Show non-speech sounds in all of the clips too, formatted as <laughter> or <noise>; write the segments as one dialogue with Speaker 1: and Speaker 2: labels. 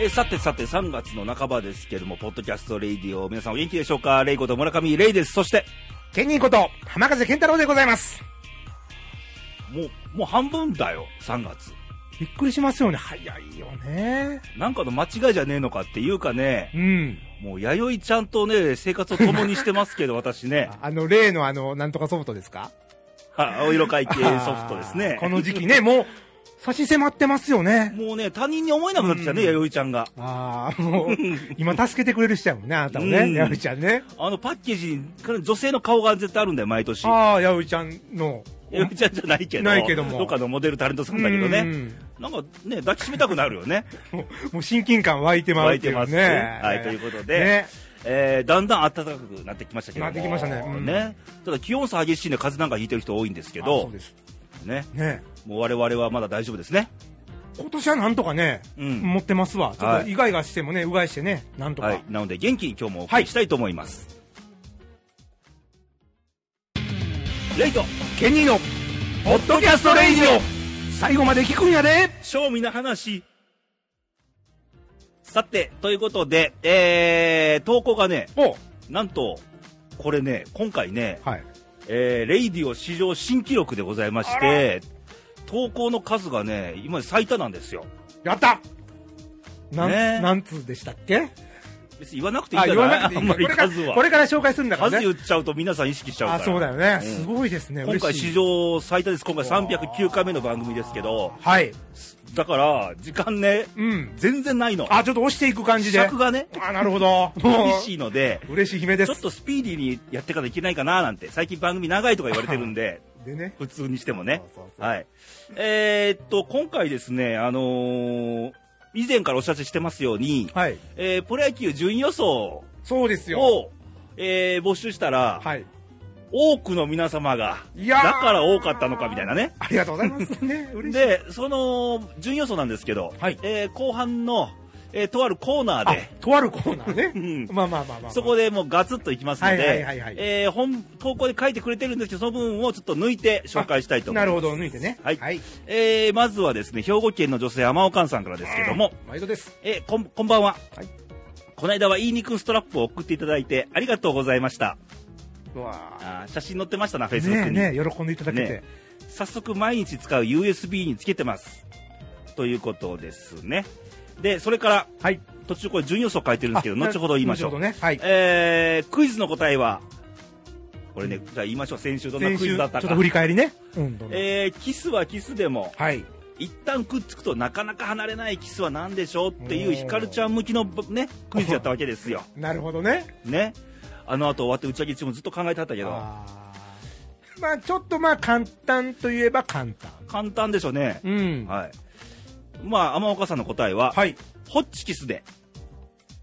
Speaker 1: えーさてさて3月の半ばですけども、ポッドキャストレイディオ、皆さんお元気でしょうかレイこと村上レイです。そして、
Speaker 2: ケンニーこと、浜風健太郎でございます。
Speaker 1: もう、もう半分だよ、3月。
Speaker 2: びっくりしますよね。早いよね。
Speaker 1: なんかの間違いじゃねえのかっていうかね、
Speaker 2: うん。
Speaker 1: もう弥生ちゃんとね、生活を共にしてます
Speaker 2: <laughs>
Speaker 1: けど、私ね、
Speaker 2: あの、例のあの、なんとかソフトですか
Speaker 1: は青色会計ソフトです
Speaker 2: あ
Speaker 1: ね
Speaker 2: <laughs> ー。この時期ね、もう、差し迫ってますよね。
Speaker 1: もうね、他人に思えなくなってきたね、
Speaker 2: うん
Speaker 1: 弥生ちゃんが。
Speaker 2: <laughs> ああ、もう、
Speaker 1: <laughs>
Speaker 2: 今助けてくれる人やもんね、あなたも
Speaker 1: うん
Speaker 2: ね、やおいちゃんね。
Speaker 1: あのパッケージに、女性の顔が絶対あるんだよ、毎年。
Speaker 2: ああ、やおいちゃんの。
Speaker 1: 弥生ちゃんじゃないけど、
Speaker 2: ないけども
Speaker 1: どっかのモデルタレントさんだけどね。
Speaker 2: うん
Speaker 1: なんかね、抱きしめたくなるよね。
Speaker 2: もう、もう親近感湧いてま
Speaker 1: 湧
Speaker 2: う
Speaker 1: い
Speaker 2: って
Speaker 1: て
Speaker 2: いう
Speaker 1: ますね。
Speaker 2: ね。
Speaker 1: はい、ということで、
Speaker 2: ね。
Speaker 1: えーだんだん暖かくなってきましたけども
Speaker 2: なってきましたねうん
Speaker 1: ねただ気温差激しいんで風邪なんかひいてる人多いんですけ
Speaker 2: あそ
Speaker 1: ど
Speaker 2: う、です。
Speaker 1: ね、
Speaker 2: ね。
Speaker 1: もう我々はまだ大丈夫ですね。
Speaker 2: 今年はなんとかね、
Speaker 1: うん
Speaker 2: 持ってますわ。ちょっ
Speaker 1: は
Speaker 2: と
Speaker 1: い
Speaker 2: 意外がしてもね、うがいしてね、なんとか。
Speaker 1: はい、なので元気に今日もお送りしたいと思います。レイト、
Speaker 2: ケニーの、ポッドキャストレイディオ最後まで聞くんやで
Speaker 1: 賞味な話。さて、ということで、えー、投稿がね、
Speaker 2: お
Speaker 1: なんと、これね、今回ね、
Speaker 2: はい。
Speaker 1: えーレイディオ史上新記録でございまして、投稿の数がね、今まで最多なんですよ。
Speaker 2: やったなん、
Speaker 1: ね
Speaker 2: なんつうでしたっけ
Speaker 1: 別に言わなくていいん
Speaker 2: あ、
Speaker 1: じゃ
Speaker 2: 言わ
Speaker 1: ない
Speaker 2: な
Speaker 1: あ
Speaker 2: くてい
Speaker 1: ん
Speaker 2: い。
Speaker 1: ま
Speaker 2: こ
Speaker 1: り
Speaker 2: れから、
Speaker 1: 数は。
Speaker 2: これから紹介するんだから
Speaker 1: 数
Speaker 2: ね。
Speaker 1: 言っちゃうと皆さん意識しちゃうか
Speaker 2: あ、
Speaker 1: ら。
Speaker 2: そうだよ
Speaker 1: う
Speaker 2: ね。
Speaker 1: ん
Speaker 2: すごいですね。
Speaker 1: 今回
Speaker 2: 嬉しい
Speaker 1: 史。上最多です。今回309回目の番組ですけど、
Speaker 2: はい。
Speaker 1: だから、時間ね、
Speaker 2: うん。
Speaker 1: 全然ないの。
Speaker 2: あ、ちょっと押していく感じで。
Speaker 1: 尺がね、
Speaker 2: あ、なるほ
Speaker 1: <laughs>
Speaker 2: ど。も
Speaker 1: 厳
Speaker 2: う
Speaker 1: しいので、
Speaker 2: 嬉しい悲鳴で
Speaker 1: ちょっ
Speaker 2: す。
Speaker 1: とスピーディーにやってからいけないかななんて、最近番組長いとか言われてるんで、
Speaker 2: でね。
Speaker 1: 普通にしてもね。
Speaker 2: そうそうそう
Speaker 1: はい。えーっと、今回ですね、あのー以前からお知らせしてますように、
Speaker 2: はい。
Speaker 1: えープロ野球順位予想
Speaker 2: そうですよ。
Speaker 1: を、えー募集したら、
Speaker 2: はい。
Speaker 1: 多くの皆様が、
Speaker 2: い
Speaker 1: だ
Speaker 2: やー
Speaker 1: から多かったのかみたいなね。
Speaker 2: ありがとうございます。
Speaker 1: <laughs>
Speaker 2: ね。嬉しい。
Speaker 1: で、その、順位予想なんですけど、
Speaker 2: はい
Speaker 1: えー後半の、えーとあるコーナー
Speaker 2: あ
Speaker 1: で、、
Speaker 2: とあるコーナー
Speaker 1: <laughs>
Speaker 2: ね
Speaker 1: う。ん
Speaker 2: まあまあまあまあまあ。
Speaker 1: そこでもうガツッといきますの
Speaker 2: はいはいはい
Speaker 1: で
Speaker 2: はい、
Speaker 1: えー本、投稿で書いてくれてるんですけど、その分をちょっと抜いて紹介したいと思います。
Speaker 2: なるほど、抜いてね。
Speaker 1: はいえーまずはですね、兵庫県の女性、天岡さんからですけども、
Speaker 2: 毎度です。
Speaker 1: えーこん、こんばんは。
Speaker 2: はい
Speaker 1: この間は、いい肉ストラップを送っていただいて、ありがとうございました。
Speaker 2: うわ
Speaker 1: あー写真載ってましたな、フェイスブッ
Speaker 2: ね
Speaker 1: ク
Speaker 2: え
Speaker 1: に。
Speaker 2: ねえ、喜んでいただけて
Speaker 1: ね。早速、毎日使う USB につけてます。ということですね。で、それから、
Speaker 2: はい。
Speaker 1: 途中これ順予想書いてるんですけど、後ほど言いましょう。
Speaker 2: 後ほどね。はい。
Speaker 1: えー、クイズの答えは、これね、じゃあ言いましょう。先週どんな
Speaker 2: 先
Speaker 1: クイ
Speaker 2: 週、
Speaker 1: ズ
Speaker 2: ちょ
Speaker 1: だ
Speaker 2: っ
Speaker 1: った
Speaker 2: と
Speaker 1: か
Speaker 2: 振。り返りね。うん、どんどん
Speaker 1: えー、キスはキスでも、
Speaker 2: はい。
Speaker 1: 一旦くっつくとなかなか離れないキスは何でしょうっていうひかるちゃん向きのねクイズやったわけ
Speaker 2: <laughs>
Speaker 1: ですよ
Speaker 2: なるほどね。
Speaker 1: ねあの後終わって打ち上げ中もずっと考えてはったけど
Speaker 2: あーまあ、ちょっとまあ、簡単といえば簡単。
Speaker 1: 簡単でしょうね、
Speaker 2: うん。
Speaker 1: はいまあ天岡さんの答えは、
Speaker 2: はい。
Speaker 1: ホッチキスで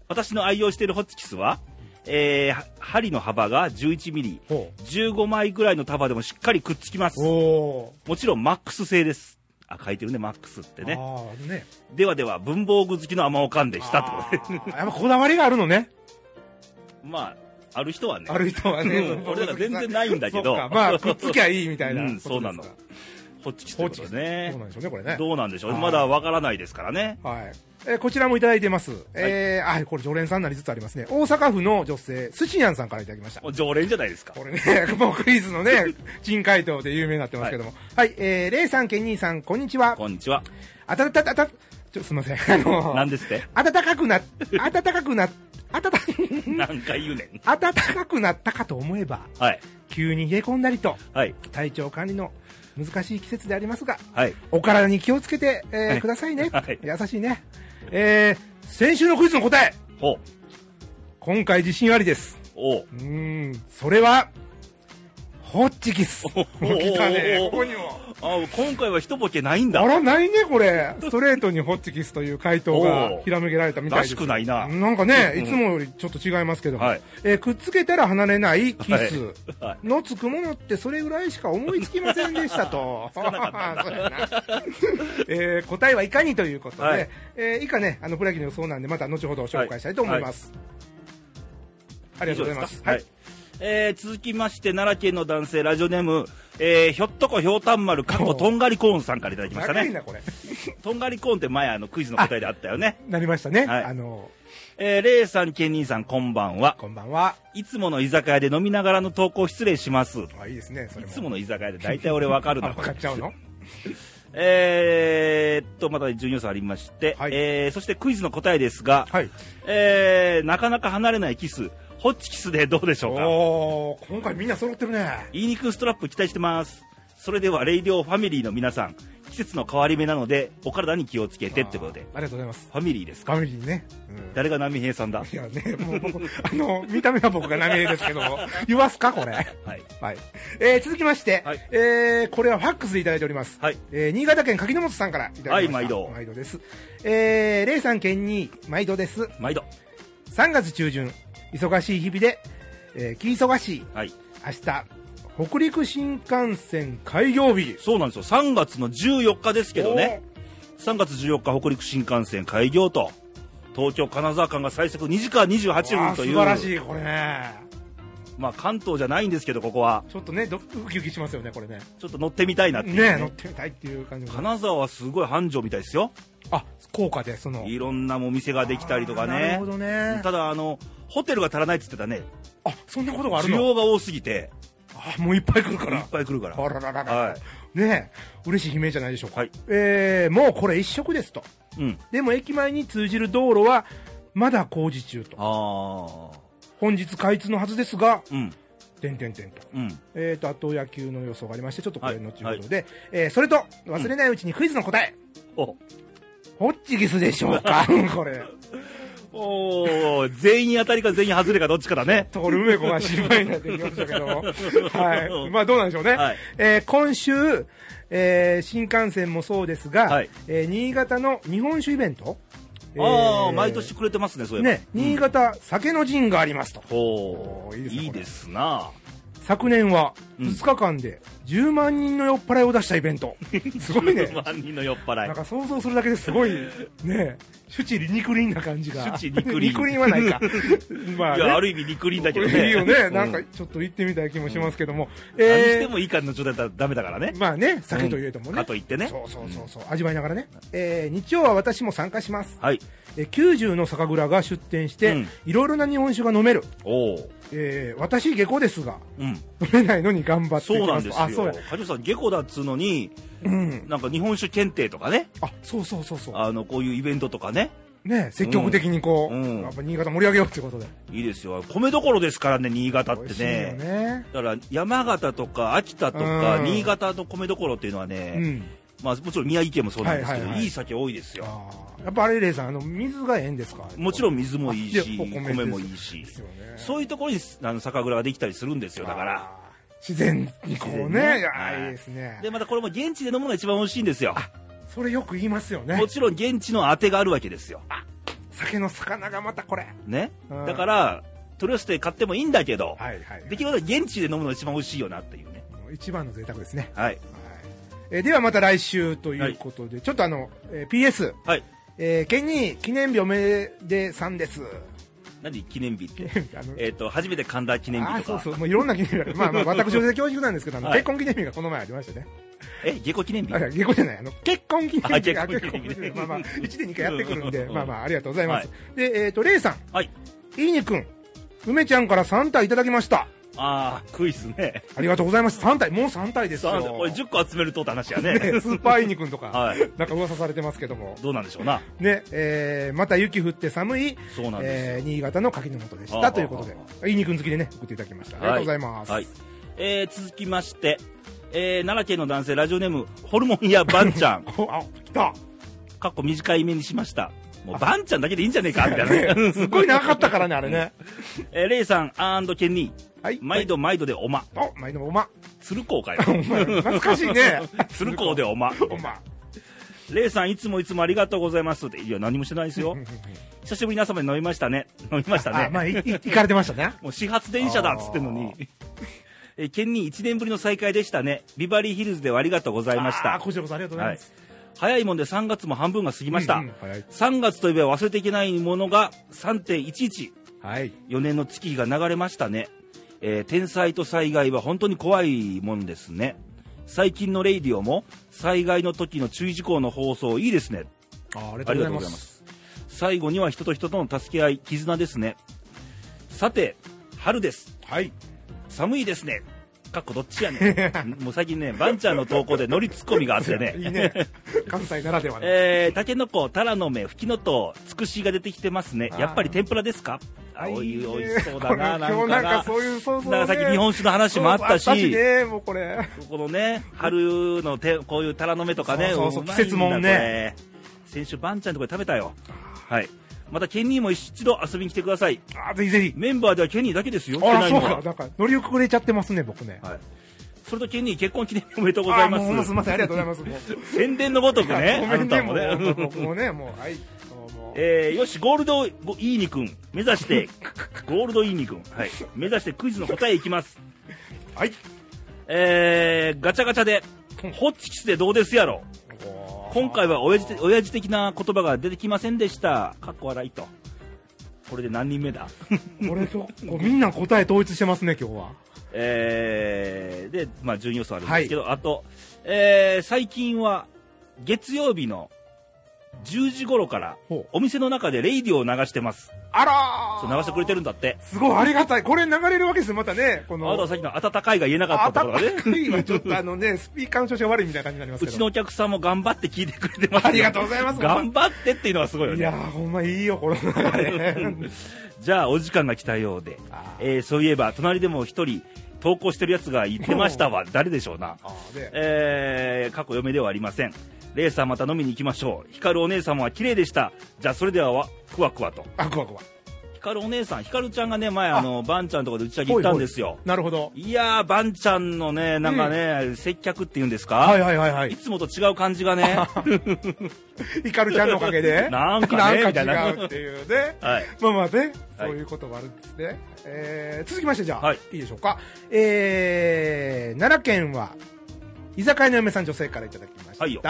Speaker 1: 私の愛用しているホッチキスは、えー、針の幅が11ミリ
Speaker 2: ほ
Speaker 1: 15枚ぐらいの束でもしっかりくっつきま
Speaker 2: う。
Speaker 1: す
Speaker 2: お
Speaker 1: もちろんマックス製ですあ書いてるねマックスって
Speaker 2: ー。
Speaker 1: ね
Speaker 2: ああ、ね。
Speaker 1: ではでは文房具好きの天岡んでした
Speaker 2: あ
Speaker 1: と
Speaker 2: ーやっぱこだわりがあるのね。
Speaker 1: <laughs> まあある人はね
Speaker 2: ある人はね。
Speaker 1: うん俺ら全然ないんだけど
Speaker 2: そうかまあ、くっつきゃいいみたいな。
Speaker 1: うんそうなの
Speaker 2: ことですか
Speaker 1: ホッチキス
Speaker 2: 放
Speaker 1: っ
Speaker 2: 置
Speaker 1: て
Speaker 2: し
Speaker 1: こ
Speaker 2: て
Speaker 1: と
Speaker 2: どう
Speaker 1: ね
Speaker 2: なんでしょうね、これね。
Speaker 1: どうなんでしょう
Speaker 2: はい
Speaker 1: まだわからないですからね
Speaker 2: はい。えーこちらもいただいてます。えー、あ、これ常連さんになりつつありますね。大阪府の女性、すしやんさんからいただきました。
Speaker 1: もう常連じゃないですか
Speaker 2: これね、 <laughs> もうクイズのね、珍回答で有名になってますけども。はい、えー、レイさん、ケニーさん、こんにちは。
Speaker 1: こんにちは
Speaker 2: あたたたた、ちょ、すいません。あ
Speaker 1: <laughs>
Speaker 2: の、
Speaker 1: 何ですって
Speaker 2: 暖かくな、暖かくな、暖か、
Speaker 1: 何回言うねん
Speaker 2: 暖かくなったかと思えば、
Speaker 1: はい
Speaker 2: 急に冷え込んだりと、
Speaker 1: はい
Speaker 2: 体調管理の難しい季節でありますが、
Speaker 1: はい
Speaker 2: お体に気をつけて、えー
Speaker 1: はい
Speaker 2: くださいね、
Speaker 1: はい
Speaker 2: 優しいね。えー、先週のクイズの答え
Speaker 1: ほう
Speaker 2: 今回自信ありです。
Speaker 1: おう
Speaker 2: うーん、それは、ホッチキス。
Speaker 1: お
Speaker 2: も
Speaker 1: お
Speaker 2: う <laughs> 来た
Speaker 1: おお
Speaker 2: ね、ここにも。
Speaker 1: あ今回は一ボケないん
Speaker 2: あ
Speaker 1: だ
Speaker 2: ら、ないね、これ。ストレートにホッチキスという回答
Speaker 1: お
Speaker 2: が
Speaker 1: う
Speaker 2: ひらめけられたみたい
Speaker 1: ら
Speaker 2: です。
Speaker 1: しくないな
Speaker 2: なんかね、
Speaker 1: うん
Speaker 2: いつもよりちょっと違いますけども、
Speaker 1: はい
Speaker 2: えーくっつけたら離れないキス
Speaker 1: は
Speaker 2: のつくものってそれぐらいしか思いつきませんでしたと。
Speaker 1: <laughs> つかなかったん
Speaker 2: そうやな <laughs> えー答えはいかにということで、
Speaker 1: はい
Speaker 2: えー以下ね、あのプロ野球の予想なんで、また後ほど紹介したいと思います。ありがとうございます。
Speaker 1: 以上ですかはい、えー続きまして奈良県の男性ラジオネームえー、ひょっとこひょうたん丸過去とんがりコーンさんからいただきました
Speaker 2: 長い
Speaker 1: ね
Speaker 2: な、これ。
Speaker 1: とんがりコーンって前あのクイズの答えであったよね
Speaker 2: なりましたね。
Speaker 1: はい
Speaker 2: あの、
Speaker 1: えー、レイさんケニーさんこんばんは
Speaker 2: こんばんは。
Speaker 1: いつもの居酒屋で飲みながらの投稿失礼しますい
Speaker 2: あ、いいですね、それも。
Speaker 1: つもの居酒屋で大体俺わかる
Speaker 2: <laughs> あ、
Speaker 1: な
Speaker 2: 分かっちゃうの
Speaker 1: えーっとまた順要素ありまして、
Speaker 2: はい
Speaker 1: えー、そしてクイズの答えですが、
Speaker 2: はい。
Speaker 1: えー、なかなか離れないキスホッチキスでどうでしょうか
Speaker 2: おー、今回みんな揃ってるね。
Speaker 1: 言いにくいストラップ期待してますそれではレイディオファミリーの皆さん季節の変わり目なのでお体に気をつけてってことで
Speaker 2: あーありがとうございます。
Speaker 1: ファミリーです
Speaker 2: フ
Speaker 1: か
Speaker 2: ァミリーね。うん
Speaker 1: 誰が波平さん
Speaker 2: <laughs>
Speaker 1: だ
Speaker 2: いやね、もう僕、あの、見た目は僕が波江ですけど、言わすか、これ。
Speaker 1: はい
Speaker 2: はい。えー、続きまして、
Speaker 1: はい
Speaker 2: えー、これはファックスでいただいております。
Speaker 1: はい
Speaker 2: えー、新潟県柿の本さんからいただきました。
Speaker 1: はい毎度
Speaker 2: 毎度です。えー、レイさん県に、毎度です。
Speaker 1: 毎度
Speaker 2: 3月中旬、忙しい日々で、えー、気忙しい、
Speaker 1: はい
Speaker 2: 明日、北陸新幹線開業日。
Speaker 1: そうなんですよ3月の14日ですけどね3月14日北陸新幹線開業と東京金沢間が最速2時間28
Speaker 2: わ
Speaker 1: 分
Speaker 2: あ
Speaker 1: と
Speaker 2: 素
Speaker 1: いう
Speaker 2: 晴らしい、これね。
Speaker 1: まあ関東じゃないんですけどここは
Speaker 2: ちょっとね、どウキウキしますよね、これね。
Speaker 1: ちょっと乗ってみたいなっていう
Speaker 2: ね乗ってみたいっていう感じも
Speaker 1: 金沢はすごい繁盛みたいですよ
Speaker 2: あ、効果で、その。
Speaker 1: いろんなお店ができたりとか
Speaker 2: あーなる
Speaker 1: ね
Speaker 2: ほどね。
Speaker 1: ただあのホテルが足らないって言ってたね
Speaker 2: あ、そんなことがある
Speaker 1: 需
Speaker 2: の
Speaker 1: 要が多すぎて
Speaker 2: あ、もういっぱい来るか
Speaker 1: いっ
Speaker 2: ら。
Speaker 1: ぱい来るから
Speaker 2: あらららら。
Speaker 1: はい
Speaker 2: ねえ、嬉しい悲鳴じゃないでしょうか。
Speaker 1: はい
Speaker 2: えー、もうこれ一色ですと。
Speaker 1: うん
Speaker 2: でも駅前に通じる道路は、まだ工事中と。
Speaker 1: ああ
Speaker 2: 本日開通のはずですが、
Speaker 1: うん
Speaker 2: てんてんてんと。
Speaker 1: うん
Speaker 2: えーと、あと野球の予想がありまして、ちょっとこれ後ほどで。えー、それと、忘れないうちにクイズの答え。
Speaker 1: お
Speaker 2: ホッチキスでしょうか <laughs> これ。
Speaker 1: おー全員当たりか全員外れかどっちかだね
Speaker 2: ところ梅子が心配になってきましたけ
Speaker 1: <laughs>
Speaker 2: どもはい。まあどうなんでしょうね。
Speaker 1: はい
Speaker 2: えー今週、えー新幹線もそうですが、
Speaker 1: はい
Speaker 2: えー新潟の日本酒イベント。
Speaker 1: あ
Speaker 2: えー
Speaker 1: あ毎年くれてますねそういえば
Speaker 2: ね、新潟酒の陣がありますと。
Speaker 1: ほ
Speaker 2: お
Speaker 1: う
Speaker 2: ーいいですね
Speaker 1: いいですな
Speaker 2: 昨年は
Speaker 1: うん
Speaker 2: 2日間で10万人の酔っ払いを出したイベ
Speaker 1: <laughs>
Speaker 2: ント。すごいね。
Speaker 1: 10万人の酔っ
Speaker 2: な
Speaker 1: 払
Speaker 2: ん
Speaker 1: い
Speaker 2: か想像するだけですごい、
Speaker 1: <laughs>
Speaker 2: ね、シュチリニクリンな感じが。
Speaker 1: シュチニクリン
Speaker 2: ニクリン
Speaker 1: <laughs>
Speaker 2: はないか。ま
Speaker 1: いやあ
Speaker 2: ね
Speaker 1: る意味肉林だけどね
Speaker 2: いいよね。なん
Speaker 1: う
Speaker 2: かちょっと行ってみたい気もしますけども。え
Speaker 1: 何
Speaker 2: ー
Speaker 1: してもいい感じの状態だったらダメだからね
Speaker 2: まあね、酒といえども
Speaker 1: うん
Speaker 2: ね
Speaker 1: か。といってね
Speaker 2: そうそうそうそう、味わいながらね。えー日曜は私も参加します。
Speaker 1: はい
Speaker 2: えー90の酒蔵が出店して、
Speaker 1: うん
Speaker 2: いろいろな日本酒が飲める。
Speaker 1: おお
Speaker 2: えー私、下校ですが、
Speaker 1: うん
Speaker 2: 飲めないのに頑張ってい
Speaker 1: そう
Speaker 2: き
Speaker 1: な
Speaker 2: ま
Speaker 1: ん
Speaker 2: す
Speaker 1: です
Speaker 2: と。
Speaker 1: よ
Speaker 2: あ、そうや。
Speaker 1: 加藤さん下戸だっつうのに
Speaker 2: うん。
Speaker 1: なんか日本酒検定とかね
Speaker 2: あ、そうそうそうそう。
Speaker 1: あのこういうイベントとかね
Speaker 2: ね、積極的にこう、
Speaker 1: うん
Speaker 2: やっぱ新潟盛り上げようっていうことで。
Speaker 1: いいですよ米どころですからね新潟って
Speaker 2: 美味しいよね。
Speaker 1: だから山形とか秋田とか
Speaker 2: うん
Speaker 1: 新潟の米どころっていうのは
Speaker 2: う
Speaker 1: ね、
Speaker 2: ん。
Speaker 1: まあ、もちろん宮城県もそうなんですけど、
Speaker 2: は
Speaker 1: い
Speaker 2: いはい
Speaker 1: い
Speaker 2: はい
Speaker 1: 酒多いですよ
Speaker 2: あーやっぱあれ、レイさん、あの、水がええんですか
Speaker 1: もちろん水もいいし
Speaker 2: あでお
Speaker 1: 米
Speaker 2: 米です
Speaker 1: もいいし
Speaker 2: ですよね。
Speaker 1: そういうところにあの酒蔵ができたりするんですよだから
Speaker 2: あー。自然にこ
Speaker 1: 自
Speaker 2: う
Speaker 1: 然に
Speaker 2: ね。
Speaker 1: ね
Speaker 2: いや
Speaker 1: は
Speaker 2: ー、
Speaker 1: い
Speaker 2: いいですね。
Speaker 1: でまたこれも現地で飲むのが一番美味しいんですよ
Speaker 2: それよく言いますよね
Speaker 1: も。ちろん現地のあてがあるわけですよ、
Speaker 2: 酒の魚がまたこれ。
Speaker 1: ね
Speaker 2: うん
Speaker 1: だから取り寄せて買ってもいいんだけど、
Speaker 2: はいはい
Speaker 1: できるだけ現地で飲むのが一番美味しいよなっていうね
Speaker 2: 一番の贅沢ですね、
Speaker 1: はい
Speaker 2: はいえーではまた来週ということで、ちょっとあの、えー PS、
Speaker 1: はい
Speaker 2: えー、ケニー記念日おめでさんです
Speaker 1: 何記念日
Speaker 2: <laughs>
Speaker 1: って
Speaker 2: あの
Speaker 1: えっ、と初めて神田記念
Speaker 2: あ
Speaker 1: 日
Speaker 2: ー
Speaker 1: と
Speaker 2: そう
Speaker 1: か
Speaker 2: そうもういろんな記念日があるまあまあ私女性恐縮なんですけどあの、
Speaker 1: はい
Speaker 2: 結婚記念日がこの前ありましたね
Speaker 1: え下戸記念日
Speaker 2: あ下校じゃないあの結婚記念日が
Speaker 1: あ結婚記念日
Speaker 2: 結婚記念日まあまあ1年2回やってくるんで
Speaker 1: うん
Speaker 2: まあまあありがとうございます、でえっ、とレイさ
Speaker 1: はい
Speaker 2: んいいにくん梅ちゃんから3体いただきました
Speaker 1: ああクイズね
Speaker 2: ありがとうございます3体もう3体
Speaker 1: <laughs>
Speaker 2: です
Speaker 1: さ
Speaker 2: よ
Speaker 1: あこれ10個集めるとって話やね
Speaker 2: <laughs> ねスーパーいいにくんとか、
Speaker 1: はい
Speaker 2: なんか噂されてますけども
Speaker 1: どうなんでしょうな
Speaker 2: ね、えーまた雪降って寒い、
Speaker 1: そうなんですよ
Speaker 2: えー新潟の柿の本でし
Speaker 1: あ
Speaker 2: た
Speaker 1: あ
Speaker 2: ということ
Speaker 1: あ
Speaker 2: で、いい肉好きでね、送っていただきました。ありがとうございます。
Speaker 1: はい、えー続きまして、えー奈良県の男性ラジオネームホルモンやバンちゃん
Speaker 2: <laughs> こあ、来た
Speaker 1: かっこ短い目にしましたもうバンちゃんだけでいいんじゃねえかみたいな <laughs> ね
Speaker 2: すっごい長かったからね、あれね。
Speaker 1: えーレイさんアンドケンニー
Speaker 2: はい。
Speaker 1: 毎度毎度でおま
Speaker 2: お、毎度おま。
Speaker 1: 鶴光かよ
Speaker 2: お前懐かしい
Speaker 1: <laughs>
Speaker 2: ね。
Speaker 1: 鶴光でおま
Speaker 2: おま。
Speaker 1: レイさんいつもいつもありがとうございますっていや何もしてないです
Speaker 2: <laughs>
Speaker 1: よ久しぶりに朝まで飲みましたね飲みました
Speaker 2: あ、
Speaker 1: ね
Speaker 2: まあ、いい行かれてましたね。
Speaker 1: もう始発電車だっつってんのにえー県に1年ぶりの再会でしたねビバリーヒルズではありがとうございまし
Speaker 2: あ
Speaker 1: た
Speaker 2: こちらこそありがとうござ
Speaker 1: はいい
Speaker 2: ます。、
Speaker 1: 早いもんで3月も半分が過ぎました、
Speaker 2: うんうん早い
Speaker 1: 3月といえば忘れていけないものが3.114
Speaker 2: はい。
Speaker 1: 年の月日が流れましたね、えー天災と災害は本当に怖いもんですね最近のレイディオも災害の時の注意事項の放送いいですね
Speaker 2: ああり
Speaker 1: あ
Speaker 2: が
Speaker 1: りが
Speaker 2: とう
Speaker 1: とう
Speaker 2: ご
Speaker 1: ご
Speaker 2: ざ
Speaker 1: ざい
Speaker 2: いま
Speaker 1: ますす最後には人と人との助け合い絆ですねさて春です
Speaker 2: はい
Speaker 1: 寒いですねかっこどっちやね
Speaker 2: <laughs>
Speaker 1: んもう最近ねバンちゃんの投稿で乗りツッコミがあってね
Speaker 2: いいね <laughs> 関西ならではの
Speaker 1: えー、タケノコ、タラの芽、フキノトウ、つくしが出てきてますね。
Speaker 2: あー
Speaker 1: やっぱり天ぷらですかあ、おい、
Speaker 2: ね
Speaker 1: おいしそうだな、
Speaker 2: こ
Speaker 1: な
Speaker 2: れ今
Speaker 1: んか
Speaker 2: 日な
Speaker 1: な
Speaker 2: んか。そういう想
Speaker 1: だ
Speaker 2: 像
Speaker 1: からさっき日本酒の話もあったし、
Speaker 2: ねもうこれ
Speaker 1: このね、春のてこういうタラの芽とかね、
Speaker 2: そうそうそ
Speaker 1: まい
Speaker 2: う
Speaker 1: んだ
Speaker 2: 季節もんね。
Speaker 1: これ先週、バンちゃんのとこで食べたよ。はい。また、ケニーも一度遊びに来てください。
Speaker 2: あーぜひぜひ
Speaker 1: メンバーではケニーだけですよ。
Speaker 2: あ
Speaker 1: 来
Speaker 2: ら
Speaker 1: てない
Speaker 2: そ
Speaker 1: の
Speaker 2: うか
Speaker 1: は。
Speaker 2: なんか乗り遅れちゃってますね僕ね
Speaker 1: はい。それとケニー、結婚記念日おめでとうございま
Speaker 2: あーもうほんますすい。ませんありがとうございますもう
Speaker 1: 宣伝のごとくね、
Speaker 2: ご
Speaker 1: あ
Speaker 2: め
Speaker 1: なんた
Speaker 2: ね
Speaker 1: も
Speaker 2: も
Speaker 1: ね。
Speaker 2: う僕もねもうはいどうも
Speaker 1: えーよし、ゴールドごいいに君、目指
Speaker 2: <laughs>
Speaker 1: して、ゴールドいいに君、はい、目指してクイズの答えいきます。
Speaker 2: はい
Speaker 1: えー、ガチャガチャで、ホッチキスでどうですやろ今回は親父て親父的な言葉が出てきませんでした。かっこ笑いと。これで何人目
Speaker 2: <laughs>
Speaker 1: だ
Speaker 2: 俺とこうみんな答え統一してますね今日は
Speaker 1: えー、で、まあ、順位予想あるんですけど、あと、えー、最近は、月曜日の10時頃から
Speaker 2: ほう、
Speaker 1: お店の中でレイディオを流してます。
Speaker 2: あら
Speaker 1: そ
Speaker 2: ー
Speaker 1: う流してくれてるんだって。
Speaker 2: すごいありがたいこれ流れるわけですよまたねこ
Speaker 1: あなたは
Speaker 2: の
Speaker 1: さっきの温かいが言えなか
Speaker 2: あ
Speaker 1: った
Speaker 2: た
Speaker 1: とかね。
Speaker 2: いはちょっとあのねスピーカーの調子が悪いみたいな感じになります
Speaker 1: う
Speaker 2: け
Speaker 1: ち
Speaker 2: ど
Speaker 1: のお客さんも頑張って聞いてくれてますよ
Speaker 2: ありがとうございます
Speaker 1: 頑張ってっていうのはすごいよ
Speaker 2: い
Speaker 1: ね
Speaker 2: やーほんまいいよ
Speaker 1: <laughs>
Speaker 2: この流れ
Speaker 1: じゃあお時間が来たようで、えーそういえば隣でも一人投稿してるやつが言ってましたわ誰でしょうな
Speaker 2: あーで
Speaker 1: えー過去嫁ではありませんレイさんまた飲みに行きましょう光お姉さんは綺麗でしたじゃあそれではわくわくわと
Speaker 2: あくわくわ
Speaker 1: 光お姉さん光ちゃんがね前あのバンちゃんのとこで打ち上げ行ったんですよ
Speaker 2: なるほど
Speaker 1: いやーバンちゃんのねなんかね、接客っていうんですか、
Speaker 2: はいはいはいはいい
Speaker 1: つもと違う感じが
Speaker 2: <laughs>
Speaker 1: ね、
Speaker 2: イカルちゃんのおかげ
Speaker 1: <laughs>
Speaker 2: で
Speaker 1: なんかね
Speaker 2: な
Speaker 1: みたいな
Speaker 2: 違うっていうね
Speaker 1: <laughs> はい、
Speaker 2: まあまあね、
Speaker 1: はい
Speaker 2: そういうこともあるんですね、えー続きましてじゃあ、
Speaker 1: はい
Speaker 2: い、いでしょうかえー、奈良県は居酒屋の嫁さん女性からいただきました、
Speaker 1: はいよ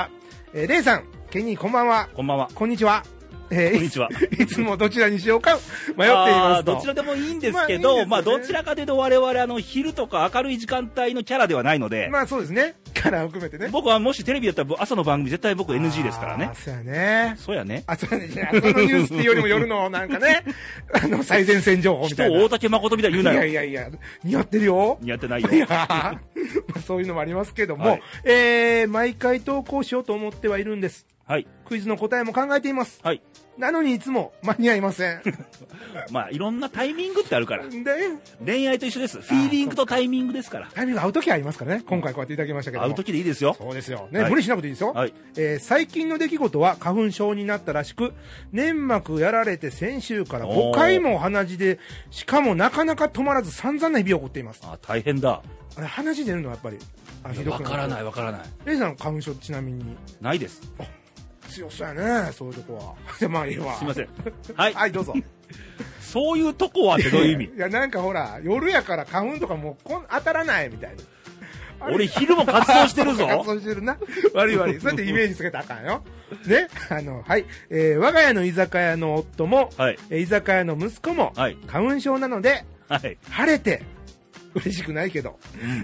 Speaker 2: えーレイさんケニーこんばんは
Speaker 1: こんばんは。
Speaker 2: こんにちは、えー
Speaker 1: こんにちは
Speaker 2: いつ <laughs> もどちらにしようか迷ってい
Speaker 1: あ
Speaker 2: ま
Speaker 1: ー
Speaker 2: すと
Speaker 1: どちらでもいいんですけど、ま
Speaker 2: ま
Speaker 1: あ
Speaker 2: あいいですね
Speaker 1: どちらかというと我々あの昼とか明るい時間帯のキャラではないので、
Speaker 2: まあそうですねから含めてね
Speaker 1: 僕はもしテレビだったら朝の番組絶対僕 NG ですからね
Speaker 2: あー。そうやね
Speaker 1: そうやね。
Speaker 2: あ、そうね。朝のニュースっていうよりも夜のなんか
Speaker 1: <laughs>
Speaker 2: ね、あの、最前線情報み
Speaker 1: 人
Speaker 2: たいな。
Speaker 1: を大竹誠みたいに言うない
Speaker 2: や
Speaker 1: よ。
Speaker 2: いやいや、似合ってるよ。
Speaker 1: 似合ってない
Speaker 2: い
Speaker 1: よ
Speaker 2: や。まあそういうのもありますけども、
Speaker 1: はい
Speaker 2: えー、毎回投稿しようと思ってはいるんです。
Speaker 1: はい。
Speaker 2: クイズの答えも考えています。
Speaker 1: はい。
Speaker 2: なのにいつも間に合い
Speaker 1: <laughs>
Speaker 2: ません。
Speaker 1: まあいろんなタイミングってあるから。
Speaker 2: で、
Speaker 1: 恋愛と一緒です。フィーリングとタイミングですから。
Speaker 2: タイミング合うときありますからね。今回こうやっていただきましたけど
Speaker 1: 会
Speaker 2: も。
Speaker 1: う時でいいですよ。
Speaker 2: そうですよ。ね、
Speaker 1: はい
Speaker 2: 無理しなくていいですよ。
Speaker 1: はい
Speaker 2: えー最近の出来事は花粉症になったらしく、粘膜やられて先週から5回も鼻血で、しかもなかなか止まらず散々な日々を送っています。
Speaker 1: あ大変だ。
Speaker 2: あれ、鼻血出るのはやっぱり、あひど
Speaker 1: わ
Speaker 2: く
Speaker 1: からない
Speaker 2: い。
Speaker 1: わからない。
Speaker 2: レイさん花粉症ちなみに
Speaker 1: ないです。
Speaker 2: 強そうやね、そういうとこは。 <laughs> じゃあまあいいわ。
Speaker 1: すいませ
Speaker 2: ん。
Speaker 1: ん。はい。
Speaker 2: はい、どうぞ。
Speaker 1: そういうとこはってどういう意味
Speaker 2: いや、なんかほら、夜やから花粉とかもうこん当たらないみたいな。あれ
Speaker 1: 俺昼も活動してるぞ。
Speaker 2: <laughs> 活動してるな。悪い悪い。そうやってイメージつけたらあかんよ。ね。 <laughs> あの、はい。えー我が家の居酒屋の夫も、
Speaker 1: はい
Speaker 2: えー居酒屋の息子も、
Speaker 1: はい
Speaker 2: 花粉症なので、
Speaker 1: はい。
Speaker 2: 晴れて、嬉しくないけど、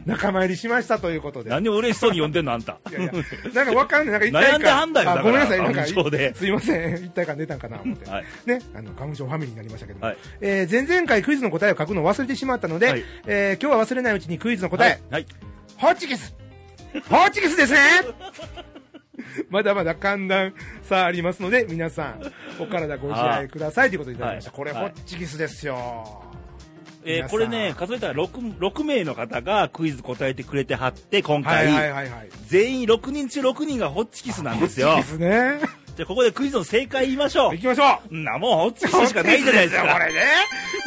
Speaker 2: 仲間入りしましたということで。
Speaker 1: 何を嬉しそうに呼んでんのあんた。
Speaker 2: いやいや、なんかわかんない。なんか一体
Speaker 1: 悩んではんだよ
Speaker 2: あ
Speaker 1: だから
Speaker 2: ごめんなさい。なんか、
Speaker 1: 花粉症です
Speaker 2: いません。一体感出たんかな、思って。
Speaker 1: はい
Speaker 2: ね。あの、花粉症ファミリーになりましたけども。
Speaker 1: はい
Speaker 2: えー前々回クイズの答えを書くのを忘れてしまったので、
Speaker 1: はい
Speaker 2: えー今日は忘れないうちにクイズの答え、
Speaker 1: はい。はい
Speaker 2: ホッチキスホッチキスですねまだまだ寒暖差ありますので、皆さん、お体ご自愛くださいということでいただきました。
Speaker 1: はい
Speaker 2: これ、
Speaker 1: はい
Speaker 2: ホッチキスですよ。
Speaker 1: え
Speaker 2: 皆
Speaker 1: ー
Speaker 2: さ
Speaker 1: こ
Speaker 2: ん
Speaker 1: れね、数えたら 6, 6名の方がクイズ答えてくれてはって、今
Speaker 2: は
Speaker 1: 回、
Speaker 2: いはいはいはい。
Speaker 1: 全員6人中6人がホッチキスなんですよ
Speaker 2: で。すね。
Speaker 1: じゃあ、ここでクイズの正解言いましょ
Speaker 2: 行きましょ
Speaker 1: う。んなもん、ホッチキ
Speaker 2: う
Speaker 1: スしかないじゃないです
Speaker 2: ホッ
Speaker 1: か。
Speaker 2: チキスです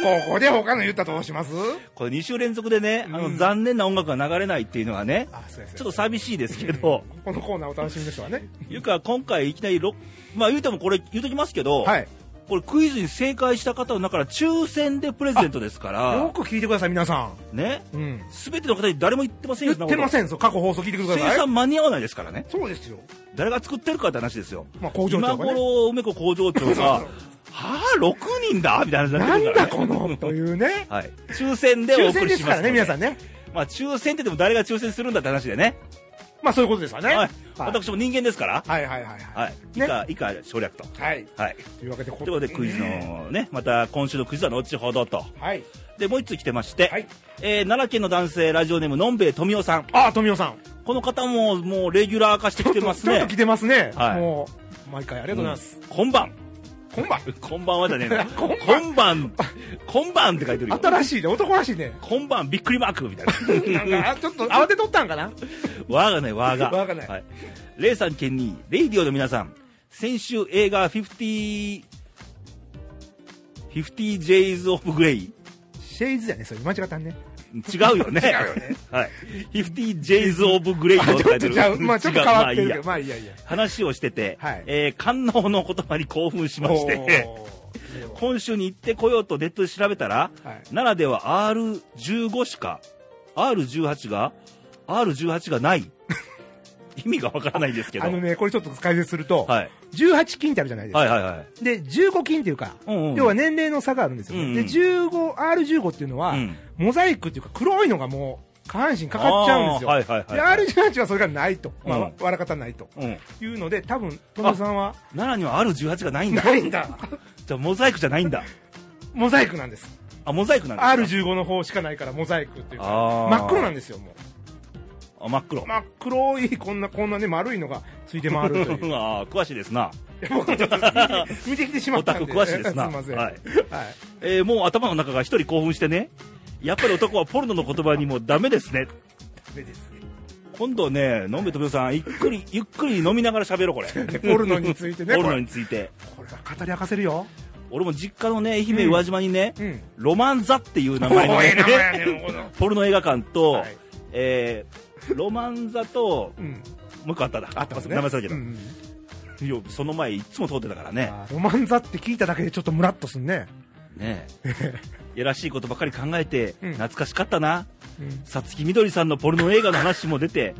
Speaker 2: よこれね。ここで他の言ったらどうします
Speaker 1: これ2週連続でね、あの、残念な音楽が流れないっていうのはね、
Speaker 2: あ、そうです
Speaker 1: ちょっと寂しいですけど、
Speaker 2: このコーナーお楽しみの人はね。
Speaker 1: いうか、今回いきなり6、まあ言うてもこれ言うときますけど、
Speaker 2: はい。
Speaker 1: これクイズに正解した方の中から抽選でプレゼントですか
Speaker 2: よ
Speaker 1: ら、
Speaker 2: く聞いてください、皆さ
Speaker 1: ね、
Speaker 2: ん。うん。
Speaker 1: すべての方に誰も言ってません
Speaker 2: 言
Speaker 1: よ、
Speaker 2: ってま
Speaker 1: ん。
Speaker 2: せんぞ、過去放送聞いてくだ
Speaker 1: 生
Speaker 2: さい。
Speaker 1: 産間に合わないですからね。
Speaker 2: そうですよ。
Speaker 1: 誰が作ってるかって話ですよ、
Speaker 2: まあ工場長がね
Speaker 1: 今頃梅子工場長がはあ、6人だみたいな
Speaker 2: な
Speaker 1: 話に
Speaker 2: ん
Speaker 1: なっ
Speaker 2: だ
Speaker 1: てく
Speaker 2: こ
Speaker 1: るからね
Speaker 2: の、というね。
Speaker 1: <laughs> はい。抽選でお
Speaker 2: 抽
Speaker 1: 送
Speaker 2: 選
Speaker 1: り
Speaker 2: で
Speaker 1: し
Speaker 2: す
Speaker 1: ま
Speaker 2: か
Speaker 1: すの
Speaker 2: ら
Speaker 1: で
Speaker 2: ね、皆さんね。
Speaker 1: まあ、抽選ってでも誰が抽選するんだって話でね。
Speaker 2: まあそういうことですよね。
Speaker 1: は
Speaker 2: はいい。。
Speaker 1: 私も人間ですから。
Speaker 2: はいはいはいは
Speaker 1: はい。以下、以下省略と。
Speaker 2: い。はい。
Speaker 1: はい。
Speaker 2: というわけで、こと
Speaker 1: いうことで、クイズのね、また今週のクイズは後ほどと。
Speaker 2: はい。
Speaker 1: で、もう一つ来てまして、
Speaker 2: はい
Speaker 1: えー奈良県の男性、ラジオネーム、のんべえ富雄さん。
Speaker 2: あ、富雄さん。
Speaker 1: この方も、もう、レギュラー化してきてます
Speaker 2: ちょっ
Speaker 1: ね
Speaker 2: と。来てますね。
Speaker 1: はい
Speaker 2: もう、毎回ありがとうございます。
Speaker 1: うんこんばん。
Speaker 2: こんばん。
Speaker 1: こんばんはじゃねえ
Speaker 2: <laughs>
Speaker 1: な。
Speaker 2: こんばん
Speaker 1: こんばん。こんばんって書いてるよ。
Speaker 2: 新しいね、男らしいね。
Speaker 1: こんばん、びっくりマークみたいな。
Speaker 2: なんか、 <laughs> あちょっと慌てとったんかな
Speaker 1: わがない、わが。
Speaker 2: わがない
Speaker 1: はい。レイさん、ケンニー、レイディオの皆さん、先週映画50、50 Jays of Grey。
Speaker 2: シェイズやね、それ間違ったんね。
Speaker 1: 違うよね。
Speaker 2: 違うよね。
Speaker 1: はい。50 Jays of Grey
Speaker 2: あ、
Speaker 1: を
Speaker 2: ちょ
Speaker 1: 書
Speaker 2: っ
Speaker 1: い
Speaker 2: と
Speaker 1: てる。
Speaker 2: じゃあ、まあちょっと変わってるけ
Speaker 1: 違う
Speaker 2: ど、まあいいやいや。
Speaker 1: 話をしてて、
Speaker 2: はい
Speaker 1: えー官能の言葉に興奮しまして、
Speaker 2: <laughs> おー
Speaker 1: 今週に行ってこようとネットで調べたら、
Speaker 2: はい
Speaker 1: 奈良では R15 しか、R18 が、R18 がない。 <laughs> 意味がわからないんですけど。
Speaker 2: あのね、これちょっと解説すると、
Speaker 1: はい。
Speaker 2: 18金ってあるじゃないですか。
Speaker 1: はいはいはい。
Speaker 2: で、15金っていうか、
Speaker 1: うんうん
Speaker 2: 要は年齢の差があるんですよね。
Speaker 1: うんうん
Speaker 2: で、15、R15 っていうのは、
Speaker 1: うん
Speaker 2: モザイクっていうか黒いのがもう下半身かかっちゃうんですよ。
Speaker 1: あーはいはいはい
Speaker 2: で、R18 はそれがないと。まあ、
Speaker 1: うん
Speaker 2: わわらかたないと。
Speaker 1: うん。
Speaker 2: いうので、多分、トムさんは、
Speaker 1: 奈良には R18 がないんだ。
Speaker 2: ないんだ。
Speaker 1: じゃあモザイクじゃないんだ。
Speaker 2: <laughs> モザイクなんです。
Speaker 1: あ、モザイクなんだ。
Speaker 2: R15 の方しかないからモザイクっていうか、
Speaker 1: あー
Speaker 2: 真っ黒なんですよ、もう。
Speaker 1: あ、真っ黒。
Speaker 2: 真っ黒い、こんな、こんなね、丸いのがついて回ると
Speaker 1: <laughs>
Speaker 2: いう。
Speaker 1: ああ、詳しいですな。
Speaker 2: 僕もちょっと見てきてしまったんで。
Speaker 1: オタク詳しいですな
Speaker 2: <laughs> すいません。
Speaker 1: はい
Speaker 2: はい
Speaker 1: えー、もう頭の中が一人興奮してね。やっぱり男はポルノの言葉にもダメですね。
Speaker 2: でですね
Speaker 1: 今度ね、飲んべとびおさん、ゆっくり、ゆっくり飲みながら喋ろう、これ。
Speaker 2: <laughs> ポルノについてね
Speaker 1: ポルノについて。
Speaker 2: これは語り明かせるよ。
Speaker 1: 俺も実家のね、愛媛宇和島にね、
Speaker 2: うん。
Speaker 1: ロマンザっていう名前の
Speaker 2: おいええ名前や
Speaker 1: ね、
Speaker 2: ねこの
Speaker 1: ポルノ映画館と、
Speaker 2: はい
Speaker 1: えー、ロマンザと、
Speaker 2: うん。
Speaker 1: もう一個あっただ。
Speaker 2: あったもんね。
Speaker 1: 名前だけど、
Speaker 2: うんうん
Speaker 1: いやその前いつも通ってたからね。
Speaker 2: あーロマンザって聞いただけでちょっとムラっとすんね。
Speaker 1: ねえ。
Speaker 2: <laughs>
Speaker 1: いやらしいことばかり考えて、
Speaker 2: うん
Speaker 1: 懐かしかったな。
Speaker 2: うん
Speaker 1: さつきみどりさんのポルノ映画の話も出て、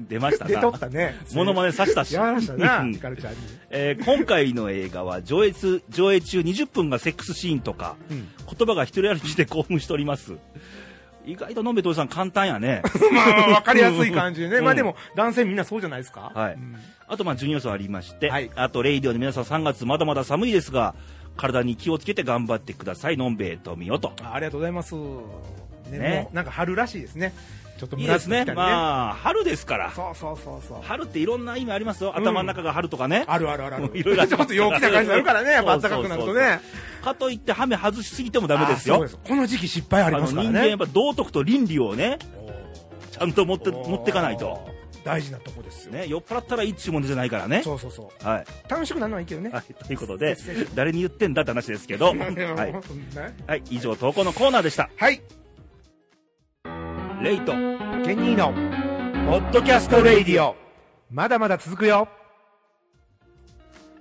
Speaker 1: 出ました
Speaker 2: <laughs> 出とっ
Speaker 1: な。
Speaker 2: たね。
Speaker 1: モノマネさしたし。
Speaker 2: やらしたな、
Speaker 1: うん
Speaker 2: ヒカルちゃんに。
Speaker 1: えー今回の映画は上映中上映中20分がセックスシーンとか、
Speaker 2: うん
Speaker 1: 言葉が一人歩きで興奮しております意外とのんべとおじさん簡単やね
Speaker 2: <laughs> まあ、わかりやすい感じでね。
Speaker 1: うん
Speaker 2: まあでも、男性みんなそうじゃないですか。
Speaker 1: はい、
Speaker 2: うん
Speaker 1: あとまあ準予想ありまして、
Speaker 2: はい
Speaker 1: あとレイディオの皆さん3月まだまだ寒いですが体に気をつけて頑張ってくださいのんべえとみよと
Speaker 2: あありがとうございます。ね、
Speaker 1: ね
Speaker 2: もうなんか春らしいですね。ちょっと
Speaker 1: い
Speaker 2: ム
Speaker 1: い
Speaker 2: ラ
Speaker 1: で
Speaker 2: っ
Speaker 1: す
Speaker 2: ときた
Speaker 1: ね
Speaker 2: りね。
Speaker 1: まあ春ですから
Speaker 2: そうそうそうそう。
Speaker 1: 春っていろんな意味ありますよ頭の中が春とかね、
Speaker 2: あるあるあ
Speaker 1: <laughs>
Speaker 2: るある。
Speaker 1: いろいろあり
Speaker 2: ちょ
Speaker 1: ま
Speaker 2: っ
Speaker 1: す
Speaker 2: と陽気な感じになるからね、やっぱ暖かくなる
Speaker 1: そ
Speaker 2: と
Speaker 1: うそう
Speaker 2: ね。
Speaker 1: そうかといってハメ外しすぎてもダメですよ
Speaker 2: あーそうこの時期失敗あり
Speaker 1: あの
Speaker 2: ますから
Speaker 1: 人
Speaker 2: ね。
Speaker 1: 間やっぱ道徳と倫理をねちゃんと持って持ってかないと、
Speaker 2: 大事なとこですよね
Speaker 1: ね、酔っ払ったらいいっちゅうものじゃないからね
Speaker 2: そうそうそう
Speaker 1: はい、 <laughs>
Speaker 2: 楽しくなるのはいいけどね、
Speaker 1: はい、ということ
Speaker 2: <laughs>
Speaker 1: で
Speaker 2: 失礼
Speaker 1: 誰に言ってんだって話ですけど、はい
Speaker 2: は
Speaker 1: はい、以上投稿のコーナーでした
Speaker 2: い
Speaker 1: レイト
Speaker 2: ケニーの
Speaker 1: ポッドキャストレイディオ、
Speaker 2: まだまだ続くよ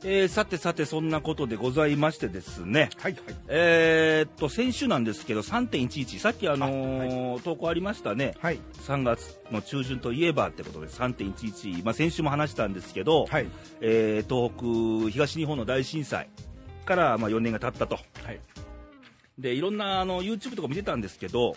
Speaker 1: えー、さてさてそんなことでございましてですね
Speaker 2: はい
Speaker 1: えー、っと先週なんですけど3.11さっきあのー投稿ありましたね
Speaker 2: はい
Speaker 1: 3月の中旬といえばってことで3.11、まあ、先週も話したんですけど、
Speaker 2: はい
Speaker 1: えー東北東日本の大震災からまあ4年が経ったと
Speaker 2: はい
Speaker 1: でいろんなあの YouTube とか見てたんですけど、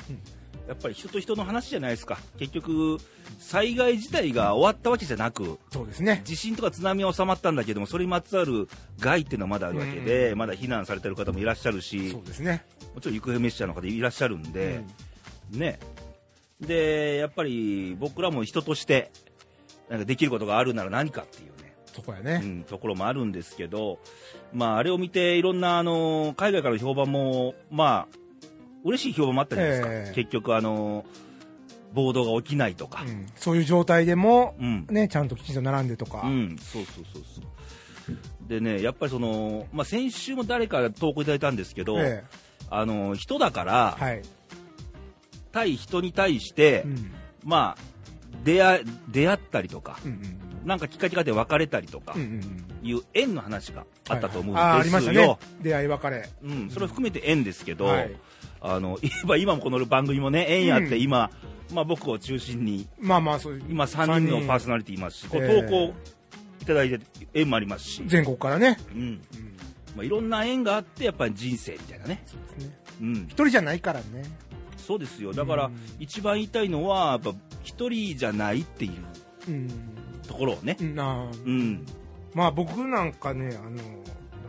Speaker 1: やっぱり人と人の話じゃないですか結局災害自体が終わったわけじゃなく
Speaker 2: そうですね
Speaker 1: 地震とか津波は収まったんだけどもそれにまつわる害っていうのはまだあるわけで、まだ避難されてる方もいらっしゃるし
Speaker 2: そうですね
Speaker 1: もちろん行方滅者の方いらっしゃるんで、ねでやっぱり僕らも人としてなんかできることがあるなら何かっていう
Speaker 2: <laughs>
Speaker 1: ね、
Speaker 2: そこや
Speaker 1: う
Speaker 2: ね
Speaker 1: ん、ところもあるんですけど、まあ、あれを見ていろんなあの海外からの評判もまあ嬉しい評判もあったじゃないですか、
Speaker 2: ええ
Speaker 1: 結局あの暴動が起きないとか
Speaker 2: う、んそういう状態でも
Speaker 1: うん
Speaker 2: ねちゃんときちんと並んでとか
Speaker 1: うん、そうそうそうそう。でね、やっぱりその、まあ、先週も誰か投稿いただいたんですけど、
Speaker 2: ええ
Speaker 1: あの人だから、
Speaker 2: はい
Speaker 1: 対人に対して、
Speaker 2: うん
Speaker 1: まあ出会出会ったりとか、
Speaker 2: うんうん
Speaker 1: なんかきっかけがあって別れたりとか、
Speaker 2: うんうんうん
Speaker 1: いう縁の話があったと思うんですよ。
Speaker 2: はいはいあーありましたね出会い別れ
Speaker 1: うん、それを含めて縁ですけど、
Speaker 2: はい
Speaker 1: あの <laughs> 言えば今もこの番組もね縁あって今、まあ、僕を中心に
Speaker 2: まあまあそういう
Speaker 1: 今3人のパーソナリティいますし、こう
Speaker 2: ええ
Speaker 1: 投稿いただいて縁もありますし、
Speaker 2: 全国からね
Speaker 1: うん、まあ、いろんな縁があってやっぱり人生みたいなね、
Speaker 2: ですね
Speaker 1: うん
Speaker 2: 一、人じゃないからね。
Speaker 1: そうですよだから
Speaker 2: うん
Speaker 1: 一番言いたいのはやっぱ一人じゃないっていう
Speaker 2: うん。
Speaker 1: ところをね
Speaker 2: うんなあ
Speaker 1: うん
Speaker 2: まあ僕なんかね、あの、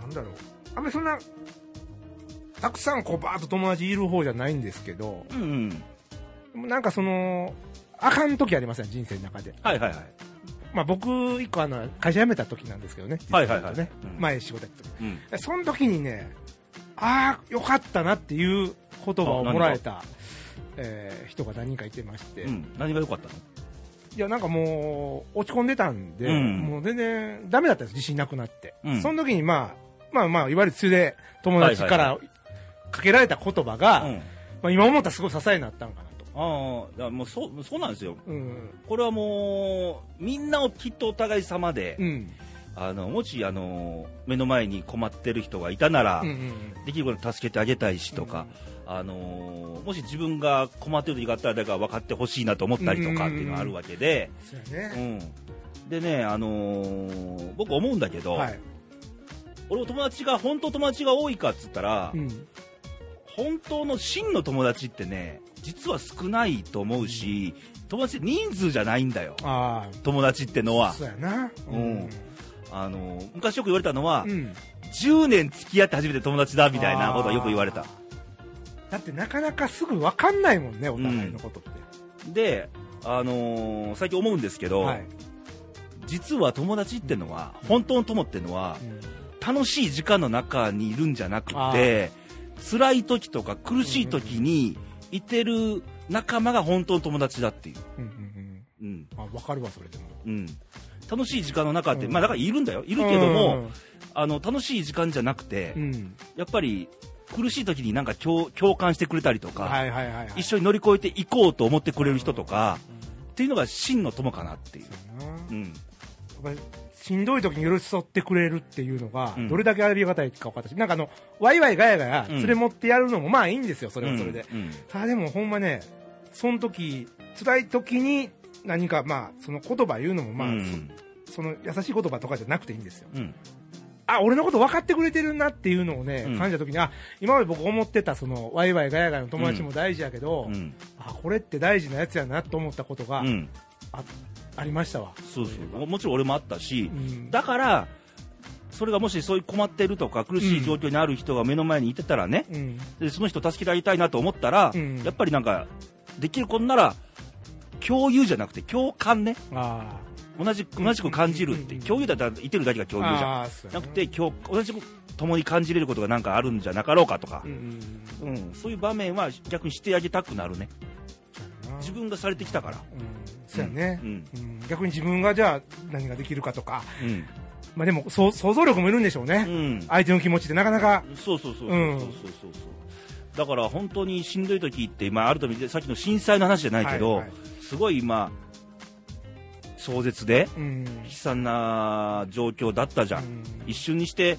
Speaker 2: なんだろう。あんまりそんな、たくさんこうバーッと友達いる方じゃないんですけど、
Speaker 1: うんうん
Speaker 2: なんかその、あかん時ありません、人生の中で。
Speaker 1: はいはいはい
Speaker 2: まあ僕、一個あの、会社辞めた時なんですけどね。
Speaker 1: はいはいはい
Speaker 2: 実はね
Speaker 1: うん
Speaker 2: 前仕事やった時
Speaker 1: うん
Speaker 2: でその時にね、ああ、よかったなっていう言葉をもらえた、えー人が何人かいてまして、
Speaker 1: う
Speaker 2: い
Speaker 1: ん、何が良かったの
Speaker 2: や、なんかもう、落ち込んでたんで、
Speaker 1: うん
Speaker 2: もう全然、ダメだったんです、自信なくなって。
Speaker 1: うん
Speaker 2: その時に、まあ、まあまあ、いわゆる連れで友達
Speaker 1: は
Speaker 2: からかけられた言葉が、
Speaker 1: うん、
Speaker 2: まあ、今思ったらすごい支えになったんかなと。
Speaker 1: ああいやもうそうそうなんですよ
Speaker 2: うん。
Speaker 1: これはもうみんなをきっとお互い様で、
Speaker 2: うん。
Speaker 1: あのもしあの目の前に困ってる人がいたなら、
Speaker 2: うんうん
Speaker 1: できること助けてあげたいしとか、あのもし自分が困ってる時があったらだから分かってほしいなと思ったりとかっていうのがあるわけで、
Speaker 2: そう
Speaker 1: う
Speaker 2: や
Speaker 1: ん
Speaker 2: ね。
Speaker 1: でね、あのー僕思うんだけど、
Speaker 2: はい。
Speaker 1: 俺も友達が本当友達が多いかっつったら、
Speaker 2: うん。
Speaker 1: 本当の真の友達ってね実は少ないと思うし、友達って人数じゃないんだよ
Speaker 2: あ
Speaker 1: 友達っての
Speaker 2: あ、
Speaker 1: は
Speaker 2: そうやな。
Speaker 1: うんあのー昔よく言われたのは、
Speaker 2: うん。
Speaker 1: 10年付き合って初めて友達だみたいなことはよく言われ
Speaker 2: あ
Speaker 1: た
Speaker 2: ーだってなかなかすぐ分かんないもんねお互いのことって、
Speaker 1: で、あのー最近思うんですけど、
Speaker 2: はい、
Speaker 1: 実は友達ってのは本当の友ってのは楽しい時間の中にいるんじゃなく
Speaker 2: あ
Speaker 1: て辛い時とか苦しい時にいてる仲間が本当の友達だっていう、
Speaker 2: うんうんうん
Speaker 1: うん
Speaker 2: あ分かるわそれでも
Speaker 1: うん、楽しい時間の中って、
Speaker 2: うん
Speaker 1: まあだからいるんだよいるけども、あの楽しい時間じゃなくて、
Speaker 2: うん、うん
Speaker 1: やっぱり苦しい時になんか共共感してくれたりとか、
Speaker 2: はいはいはい、はい、
Speaker 1: 一
Speaker 2: 緒
Speaker 1: 緒に乗り越えていこうと思ってくれる人とか、っていうのが真の友かなっていう。
Speaker 2: なや
Speaker 1: うん、
Speaker 2: っぱりしんどい時に寄り添ってくれるっていうのが
Speaker 1: うん
Speaker 2: どれだけありがたいか分かったし、なんかあのワイワイガヤガヤ連れ持ってやるのもまあいいんですよそれはそれで、
Speaker 1: うんうん
Speaker 2: ただでもほんまねその時辛い時に何かまあその言葉言うのもまあ、
Speaker 1: うん
Speaker 2: そその優しい言葉とかじゃなくていいんですよ
Speaker 1: うん
Speaker 2: あ、俺のこと分かってくれてるなっていうのをね、
Speaker 1: うん
Speaker 2: 感じた時に、あ、今まで僕思ってた、その、ワイワイガヤガヤの友達も大事やけど、
Speaker 1: うん
Speaker 2: あ、これって大事なやつやなと思ったことが、
Speaker 1: うん
Speaker 2: あありましたわ。
Speaker 1: そうそうももちろん俺もあったし、
Speaker 2: うん
Speaker 1: だからそれがもしそういう困ってるとか苦しい状況にある人が目の前にいてたらね、
Speaker 2: うん。
Speaker 1: でその人助けてあげたいなと思ったら、
Speaker 2: うん
Speaker 1: やっぱりなんかできることなら共有じゃなくて共感ね
Speaker 2: あ
Speaker 1: 同じ同じく感じるって、
Speaker 2: うん
Speaker 1: 共有だったらいてるだけが
Speaker 2: あ。
Speaker 1: 共有じゃん
Speaker 2: あーそうや
Speaker 1: なくて共同じく共に感じれることがなんかあるんじゃなかろうかとか
Speaker 2: う、んうん。
Speaker 1: うんそういう場面は逆にしてあげたくなるね
Speaker 2: そうやな
Speaker 1: 自分がされてきたから、
Speaker 2: うん。そうやね、
Speaker 1: う
Speaker 2: うんん逆に自分がじゃあ、何ができるかとか、
Speaker 1: うん
Speaker 2: まあでも、そう想像力もいるんでしょうね。
Speaker 1: うん、
Speaker 2: 相手の気持ちってなかなか、
Speaker 1: そうそうそうそうそう
Speaker 2: うん
Speaker 1: そうそう、だから本当にしんどい時って、まあ、あると見てさっきの震災の話じゃないけど、
Speaker 2: はいはい
Speaker 1: すごい今壮絶で
Speaker 2: うん。
Speaker 1: 悲惨な状況だったじゃん、
Speaker 2: うん
Speaker 1: 一瞬にして、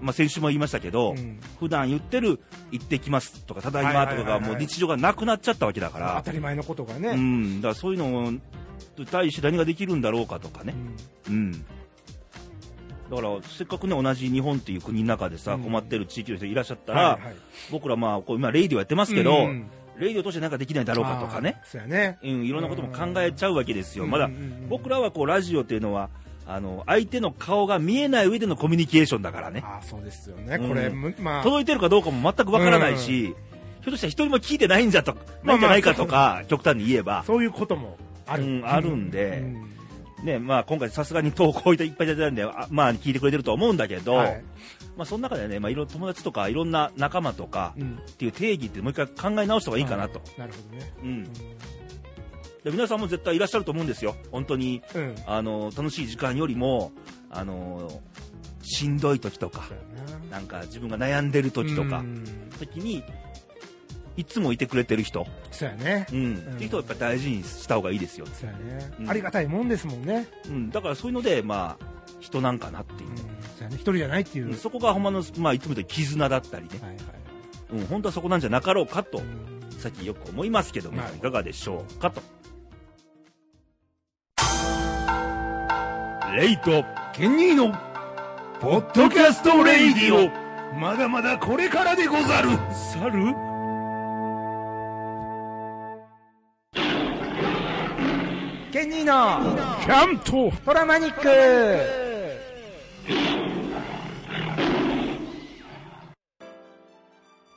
Speaker 1: まあ、先週も言いましたけど、
Speaker 2: うん
Speaker 1: 普段言ってる「行ってきます」とか「ただいま」とか
Speaker 2: はいはいは
Speaker 1: が
Speaker 2: いはい
Speaker 1: もう日常がなくなっちゃったわけだか
Speaker 2: 当
Speaker 1: ら、
Speaker 2: たり前のことが
Speaker 1: う
Speaker 2: ね。
Speaker 1: ん、だからそういうのに対して何ができるんだろうかとかね、
Speaker 2: うん
Speaker 1: うん、だからせっかくね同じ日本っていう国の中でさ、
Speaker 2: うん
Speaker 1: 困ってる地域の人いらっしゃったら、
Speaker 2: はいはい
Speaker 1: 僕らまあこう今レイディオやってますけど、
Speaker 2: うん
Speaker 1: レイディオとしてなんかできないだろうかとかね
Speaker 2: あー、そうやね。
Speaker 1: うん、いろんなことも考えちゃうわけですよ、
Speaker 2: うん
Speaker 1: まだ
Speaker 2: うんうん
Speaker 1: 僕らはこうラジオっていうのはあの相手の顔が見えない上でのコミュニケーションだからね
Speaker 2: ああそうですよね、
Speaker 1: うん
Speaker 2: これ、むまあ、
Speaker 1: 届いてるかどうかも全くわからないし、ひょっとしたら一人も聞いてないんじゃとないんじゃないかとか、極端に言えば、
Speaker 2: そういうこともある、
Speaker 1: うんあるんで
Speaker 2: うん
Speaker 1: ねまあ、今回さすがに投稿いっぱいいただいたんで、あまあ、聞いてくれてると思うんだけど、
Speaker 2: はい
Speaker 1: まあ、その中でね、まあ、いろいろ友達とかいろんな仲間とか
Speaker 2: うん
Speaker 1: っていう定義ってもう一回考え直した方がいいかなと、
Speaker 2: なるほどね、
Speaker 1: うんで皆さんも絶対いらっしゃると思うんですよ本当に
Speaker 2: うん、うん、そ
Speaker 1: あの楽しい時間よりもあのしんどい時とか
Speaker 2: うや
Speaker 1: な
Speaker 2: な
Speaker 1: んか自分が悩んでる時とか、
Speaker 2: うん
Speaker 1: 時にいつもいてくれてる人、
Speaker 2: そうやね、
Speaker 1: うんっていう人をやっぱ大事にした方がいいですよ、
Speaker 2: そうやね、
Speaker 1: うん
Speaker 2: ありがたいもんですもんね、
Speaker 1: うん、だからそういうのでまあ人なんかなっていううんね、
Speaker 2: そうやね、一人じゃないっていう、
Speaker 1: うんそこがほんまの、まあ、いつも言う絆だったりね、
Speaker 2: はいはい
Speaker 1: うん、本当はそこなんじゃなかろうかと、
Speaker 2: うん
Speaker 1: さっきよく思いますけども、
Speaker 2: はい
Speaker 1: いかがでしょうかと。レイト、
Speaker 2: ケニーのポッドキャストレイディオまだまだこれからでござる
Speaker 1: 猿
Speaker 3: ケニーの
Speaker 2: キャント
Speaker 3: トラマニック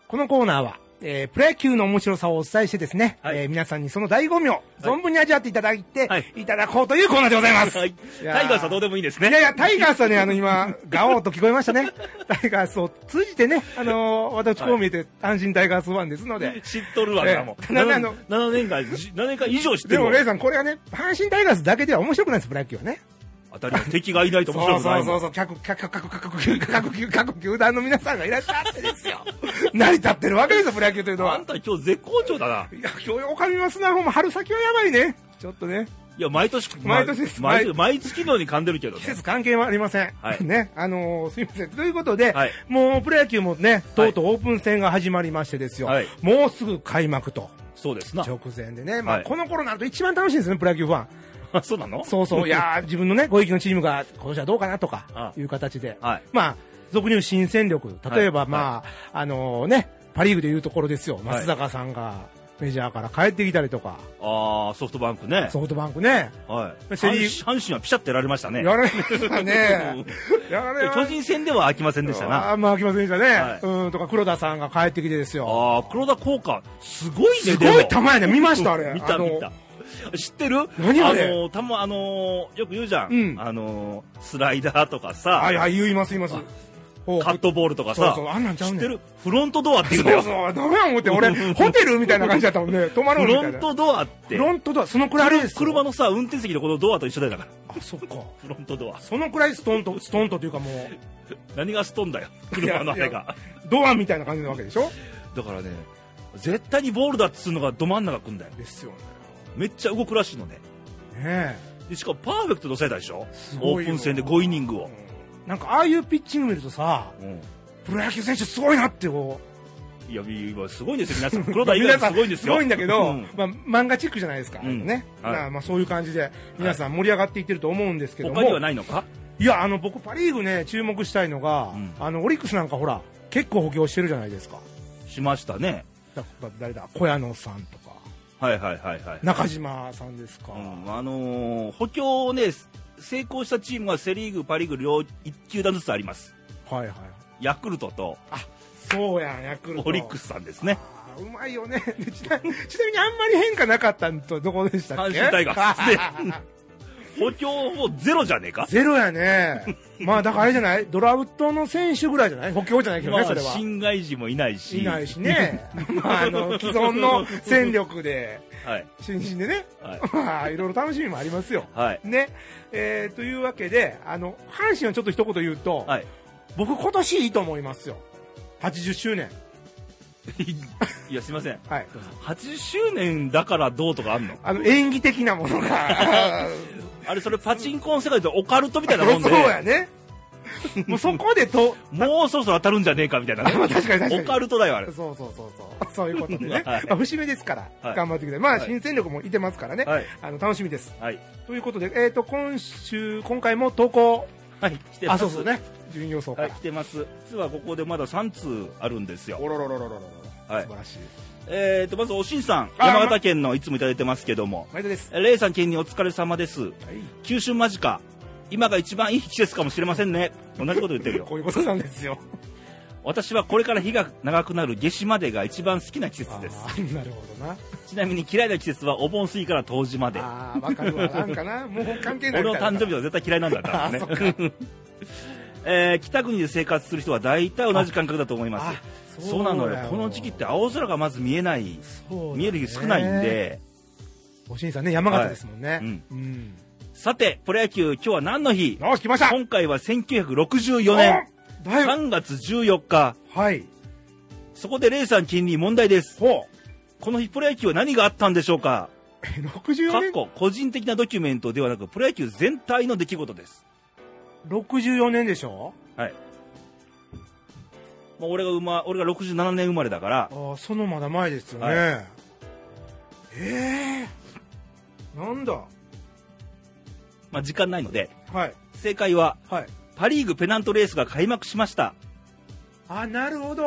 Speaker 2: このコーナーは、えー、プロ野球の面白さをお伝えしてですね、
Speaker 1: はい
Speaker 2: えー皆さんにその醍醐味を存分に味わっていただいて、
Speaker 1: はい
Speaker 2: い、ただこうというコーナーでございます。
Speaker 1: はい
Speaker 2: や
Speaker 1: タイガースはどうでもいいです
Speaker 2: いやい
Speaker 1: ね。
Speaker 2: や、タイガースはね、あの、今、ガオーと聞こえましたね。タイガースを通じてね、あのー私こう見えて、阪神タイガースファンですので。
Speaker 1: 知っとるわ
Speaker 2: ええ
Speaker 1: な、もう。
Speaker 2: ただねあの
Speaker 1: 7年間、じ7年間以上知って
Speaker 2: で
Speaker 1: る
Speaker 2: も、
Speaker 1: わ
Speaker 2: レイさん、これはね、阪神タイガースだけでは面白くないです、プロ野球はね。
Speaker 1: 当たり前敵がいないと面白
Speaker 2: そう
Speaker 1: くな
Speaker 2: そ
Speaker 1: いう
Speaker 2: そ
Speaker 1: も。
Speaker 2: うんそう、各、各、各、各、各、各、各、球団の皆さんがいらっしゃってですよ。成り立ってるわけですよ、プロ野球というの
Speaker 1: あ
Speaker 2: は
Speaker 1: ん。た今日絶好調だな。
Speaker 2: いや、今日、おかみますな、ほんま、春先はやばいね。ちょっとね。
Speaker 1: いや、毎年、
Speaker 2: 毎年です
Speaker 1: 毎毎毎月のように噛んでるけどね
Speaker 2: 季。節関係はありません。
Speaker 1: はい
Speaker 2: ね。あのーすいません。ということで、
Speaker 1: はい
Speaker 2: もうプロ野球もね、とうとうオープン戦が始まりましてですよ。
Speaker 1: はい
Speaker 2: もうすぐ開幕と、
Speaker 1: そうですな。
Speaker 2: 直前でね。まあ、
Speaker 1: はい
Speaker 2: この頃になると一番楽しいですね、プロ野球ファン。
Speaker 1: あ <laughs> そうなの
Speaker 2: そうそう。いやー自分のね、ご意見のチームが今年はどうかなと
Speaker 1: あ
Speaker 2: か、いう形で。
Speaker 1: <laughs> はい
Speaker 2: まあ、俗に言う新戦力。例えば、
Speaker 1: はい
Speaker 2: まあ、あのーね、パリーグでいうところですよ。松坂さんがメジャーから帰ってきたりとか、
Speaker 1: ああ、ソフトバンクね。
Speaker 2: ソフトバンクね。
Speaker 1: はい。
Speaker 2: セリー
Speaker 1: 阪神阪神はピシャってやられましたね。。
Speaker 2: やられましたね
Speaker 1: <laughs>
Speaker 2: やられまし
Speaker 1: 巨
Speaker 2: た
Speaker 1: 人戦では飽きませんでしたな。
Speaker 2: あ
Speaker 1: あ
Speaker 2: ーまあ、飽きませんでしたね。
Speaker 1: はい
Speaker 2: うん、とか、黒田さんが帰ってきてですよ。
Speaker 1: あー、黒田効果、すごいね、
Speaker 2: すご
Speaker 1: で
Speaker 2: い
Speaker 1: も
Speaker 2: 球やね。見ました、あ
Speaker 1: <laughs>
Speaker 2: れ。
Speaker 1: 見た、
Speaker 2: あの
Speaker 1: 見た。知ってる
Speaker 2: 何あれ
Speaker 1: のー、たま、あのー、よく言うじゃん。
Speaker 2: うん
Speaker 1: あのー、スライダーとかさ、
Speaker 2: はいはい、言います、言います。ほう
Speaker 1: カットボールとかさ、
Speaker 2: そうそうあんなんちゃう
Speaker 1: 知
Speaker 2: ね
Speaker 1: っ
Speaker 2: ん
Speaker 1: てるフロントドアっていうの
Speaker 2: そうそう、ダメや思って、俺、ホテルみたいな感じだったも
Speaker 1: <laughs>
Speaker 2: んね。泊まろう
Speaker 1: フ
Speaker 2: みた
Speaker 1: ロ
Speaker 2: いな。
Speaker 1: ントドアって。
Speaker 2: フロントだ、そのくらいあれですよ。
Speaker 1: 車のさ、運転席のこのドアと一緒だよだから。
Speaker 2: あ、そっか。
Speaker 1: フロントドア。
Speaker 2: そのくらいストンと、ストンとというかもう、
Speaker 1: 何がストンだよ。 <laughs> 車のあれが。
Speaker 2: ドアみたいな感じなわけでしょ
Speaker 1: だからね、絶対にボールだっつうのがど真ん中来んだよ。
Speaker 2: ですよ
Speaker 1: めっちゃ動くらしいのね。
Speaker 2: ね。ね
Speaker 1: でしかもパーフェクトのせいだでしょオ
Speaker 2: ご
Speaker 1: ー
Speaker 2: いよ
Speaker 1: プン戦で5イニング
Speaker 2: え
Speaker 1: を。
Speaker 2: うんなんか、ああいうピッチング見るとさ、
Speaker 1: うん
Speaker 2: プロ野球選手すごいなってこう。
Speaker 1: いや、今すごいんですよ、皆さん。黒田以外もすごいんですよ。
Speaker 2: 皆さんすごいんだけど、
Speaker 1: うん
Speaker 2: まあ、漫画チックじゃないですか、
Speaker 1: うん
Speaker 2: ね
Speaker 1: はい
Speaker 2: まあまあそういう感じで、皆さん盛り上がっていってると思うんですけども、、
Speaker 1: 他にはいないのか
Speaker 2: や、あの僕、パ・リーグね、注目したいのが、
Speaker 1: うん
Speaker 2: あのオリックスなんかほら、結構補強してるじゃないですか、
Speaker 1: しましたね。
Speaker 2: だだ誰だ、小屋野さんとか、
Speaker 1: はいはいはいはい。
Speaker 2: 中島さんですか、
Speaker 1: うん、あのー補強をね、成功したチームはセ・リーグ、パ・リーグ両1球団ずつあります。
Speaker 2: はいはい、
Speaker 1: ヤクルトと
Speaker 2: そうやん、ヤクルト、
Speaker 1: オリック
Speaker 2: ス、
Speaker 1: スさんですね。
Speaker 2: うまいよね <laughs> でちな、ちなみにあんまり変化なかったんと、どこでしたっ
Speaker 1: 阪
Speaker 2: け
Speaker 1: 神タイガースね補強もゼロじゃねえか
Speaker 2: <laughs> ゼロやね、まあだからあれじゃない、ドラフトの選手ぐらいじゃない、補強じゃないけど
Speaker 1: ま
Speaker 2: ね、
Speaker 1: あ
Speaker 2: それは。
Speaker 1: 新外人もいないし。
Speaker 2: いないしね、 <laughs> まあ、あの既存の戦力で、
Speaker 1: <laughs> はい。
Speaker 2: 新進でね、
Speaker 1: はい。
Speaker 2: まあ、いろいろ楽しみもありますよ。
Speaker 1: はい。
Speaker 2: ねえーというわけで、あの阪神をちょっと一言言うと、
Speaker 1: はい。 <laughs>
Speaker 2: 僕、今年いいと思いますよ、80周年、
Speaker 1: いや、すいません。
Speaker 2: はい、
Speaker 1: 80周年だからどうとかあんの
Speaker 2: あの演技的なも
Speaker 1: <laughs>
Speaker 2: のが、
Speaker 1: あれ、それパチンコの世界でオカルトみたいなもん
Speaker 2: そ
Speaker 1: <laughs> で
Speaker 2: う、やね、もうそこでと、
Speaker 1: もうそろそろ当たるんじゃねえかみたいなね
Speaker 2: あまあ確かに確かに
Speaker 1: オカルトだよ、あれ。
Speaker 2: そうそうそうそう、そういうことで
Speaker 1: <laughs>
Speaker 2: ね、
Speaker 1: はい
Speaker 2: まあ節目ですから、
Speaker 1: はい
Speaker 2: 頑張ってください、まあ、
Speaker 1: はい
Speaker 2: 新戦力もいてますからね、
Speaker 1: はい
Speaker 2: あの楽しみです。
Speaker 1: はい。
Speaker 2: ということで、えー、と今週、今回も投稿。
Speaker 1: はい、来てま
Speaker 2: あ、
Speaker 1: す。
Speaker 2: そうそうね。順位予想か
Speaker 1: はい、
Speaker 2: ら
Speaker 1: 来。てます。実はここでまだ3通あるんですよ。
Speaker 2: おろろろろろろろ。
Speaker 1: はい
Speaker 2: 素晴らしい。
Speaker 1: えーと、まず、おしんさん。
Speaker 2: あ
Speaker 1: 山形県のいつもいただいてますけども。
Speaker 2: 毎度です。
Speaker 1: えレイさん、県にお疲れ様です。
Speaker 2: はい。
Speaker 1: 九州間近。今が一番いい季節かもしれませんね。同じこと言ってるよ。
Speaker 2: <laughs> こういうことなんですよ。
Speaker 1: 私はこれから日が長くなる夏至までが一番好きな季節です。
Speaker 2: あーなるほどな。
Speaker 1: ちなみに嫌いな季節はお盆過ぎから冬至まで。
Speaker 2: ああ、わかるわ。なんかな。もう関係ない
Speaker 1: 俺
Speaker 2: み
Speaker 1: の
Speaker 2: たいな。
Speaker 1: 誕生日は絶対嫌いなんだからね
Speaker 2: あ。そっ
Speaker 1: <laughs> えー北国で生活する人は大体同じ感覚だと思います
Speaker 2: あ
Speaker 1: そうなの
Speaker 2: そうだ
Speaker 1: よ
Speaker 2: よ
Speaker 1: この時期って青空がまず見えない
Speaker 2: そうだね
Speaker 1: 見える日少ないん。で
Speaker 2: おしんさんね、山形ですもんね。
Speaker 1: いうん
Speaker 2: うん。
Speaker 1: さてプロ野球今日は何の日
Speaker 2: あ、来ました。
Speaker 1: 今回は1964年
Speaker 2: お。だい
Speaker 1: 3月14日
Speaker 2: ぶ。はい。
Speaker 1: そこでレイさん金に問題です
Speaker 2: ほう。
Speaker 1: この日プロ野球は何があったんでしょうか
Speaker 2: え、64
Speaker 1: かっ
Speaker 2: 年。
Speaker 1: こ個人的なドキュメントではなくプロ野球全体の出来事です
Speaker 2: 64年でしょ
Speaker 1: はい、まあ、俺が生ま俺が67年生まれだから
Speaker 2: ああ、そのまだ前ですよね。
Speaker 1: は
Speaker 2: ええー。なんだ。
Speaker 1: まあ、時間ないので
Speaker 2: はい。
Speaker 1: 正解は
Speaker 2: はい。
Speaker 1: パ・リーグペナントレースが開幕しました、
Speaker 2: あ、なるほど。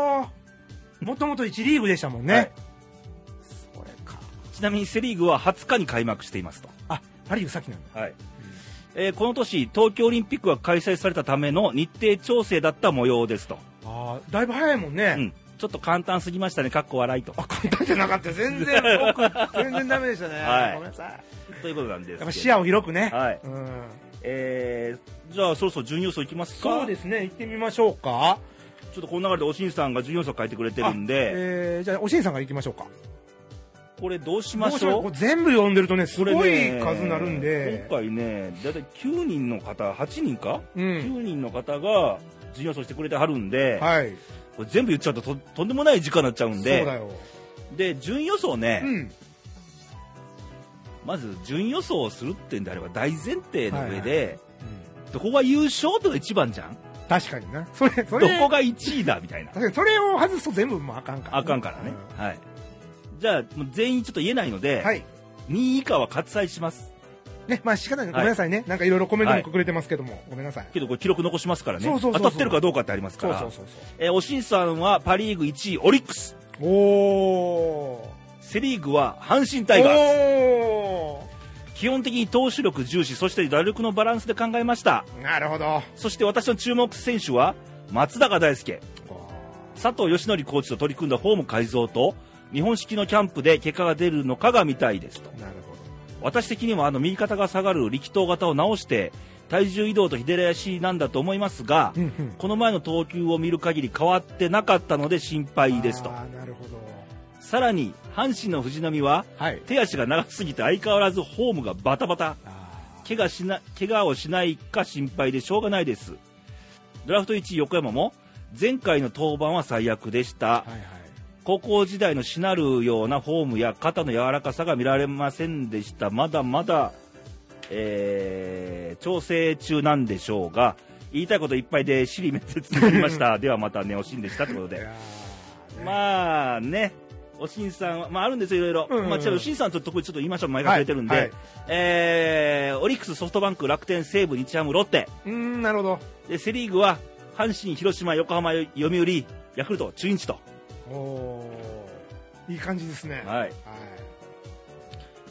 Speaker 2: もともと1リーグでしたもんね。
Speaker 1: はい
Speaker 2: それか。
Speaker 1: ちなみにセ・リーグは20日に開幕していますと、
Speaker 2: あ、パリーグ先なんだ。
Speaker 1: はいえーこの年東京オリンピックが開催されたための日程調整だった模様ですと、
Speaker 2: あーだいぶ早いもんね。
Speaker 1: うん、ちょっと簡単すぎましたねかっこ笑いと
Speaker 2: あ、簡単じゃなかった。全然、僕、全然ダメでしたね。
Speaker 1: はい
Speaker 2: ごめんなさい。
Speaker 1: <laughs> ということなんですけど
Speaker 2: やっぱ視野を広くね。
Speaker 1: はい
Speaker 2: うん。
Speaker 1: えーじゃあそろそろ準優勝いきますか
Speaker 2: そうですね。行ってみましょうか。
Speaker 1: ちょっとこの流れでおしんさんが準優勝書いてくれてるん
Speaker 2: あ
Speaker 1: で、
Speaker 2: えーじゃあ、おしんさんから行きましょうか。
Speaker 1: これどうし
Speaker 2: ど
Speaker 1: ま
Speaker 2: う
Speaker 1: し
Speaker 2: しよ
Speaker 1: ょ
Speaker 2: う
Speaker 1: う
Speaker 2: これ全部読んでるとね、す
Speaker 1: これ
Speaker 2: ごい
Speaker 1: ね
Speaker 2: 数になるんで。
Speaker 1: 今回ねだいたい9人の方8人か、
Speaker 2: うん。
Speaker 1: 9人の方が準予想してくれてはるんで、
Speaker 2: はい。
Speaker 1: これ全部言っちゃうとととんでもない時間になっちゃう
Speaker 2: そ
Speaker 1: ん
Speaker 2: う
Speaker 1: で
Speaker 2: だよ。
Speaker 1: で準予想ね、
Speaker 2: うん。
Speaker 1: まず準予想をするってんであれば大前提の上で、
Speaker 2: う
Speaker 1: どこが優勝ってのが一番じゃん
Speaker 2: ん確かにな。それ、
Speaker 1: ど
Speaker 2: それ。
Speaker 1: こが1位だみたいな
Speaker 2: 確かにそれを外すと全部もうあかんから、
Speaker 1: あかんからね、はいじゃあもう全員ちょっと言えないの
Speaker 2: う
Speaker 1: で、
Speaker 2: んはい
Speaker 1: 2位以下は割愛します
Speaker 2: ねまあ仕方ない
Speaker 1: は
Speaker 2: ご
Speaker 1: い
Speaker 2: めんなさいね、なんかいろいろコメントも隠れてますけども、ごめんなさい
Speaker 1: けどこれ記録残しますからね
Speaker 2: そうそうそうそう
Speaker 1: 当たってるかどうかってありますか
Speaker 2: そう
Speaker 1: ら
Speaker 2: そうそう
Speaker 1: えーおしんさんはパ・リーグ1位オリックス
Speaker 2: そうおー
Speaker 1: セ・リーグは阪神タイガース
Speaker 2: お
Speaker 1: 基本的に投手力重視そして打力のバランスで考えました
Speaker 2: ーなるほど
Speaker 1: そして私の注目選手は松坂大輔佐藤義則コーチと取り組んだフォーム改造と日本式のキャンプで結果が出るのかが見たいですと
Speaker 2: なるほ
Speaker 1: 私的にはあの右肩が下がる力投型を直して体重移動と左足なんだと思いますが、
Speaker 2: うんうん
Speaker 1: この前の投球を見る限り変わってなかったので心配
Speaker 2: ど
Speaker 1: ですと
Speaker 2: あーなるほど
Speaker 1: さらに阪神の藤浪は
Speaker 2: はい
Speaker 1: 手足が長すぎて相変わらずホームがバタバタ
Speaker 2: あ
Speaker 1: 怪我しな怪我をしないか心配でしょうがないですドラフト1位横山も前回の登板は最悪でした
Speaker 2: ーはいはい
Speaker 1: 高校時代のしなるようなフォームや肩の柔らかさが見られませんでしたまだまだ、えー調整中なんでしょうが言いたいこといっぱいで尻滅裂になりましたではまたねおしんでしたということ
Speaker 2: い
Speaker 1: で
Speaker 2: やーね
Speaker 1: まあねおしんさんは、まあ、あるんですよ、いろいろ、
Speaker 2: うんうんうん
Speaker 1: まあ、ちょっとおしんさんと特にちょっと言いましょう、前から触れてるんで、
Speaker 2: はいはい
Speaker 1: えーオリックス、ソフトバンク、楽天、西武、日ハム、ロッテ、
Speaker 2: うーんなるほど
Speaker 1: でセ・リーグは阪神、広島、横浜、読売、ヤクルト、中日と、
Speaker 2: おーいい感じですねはい、
Speaker 1: は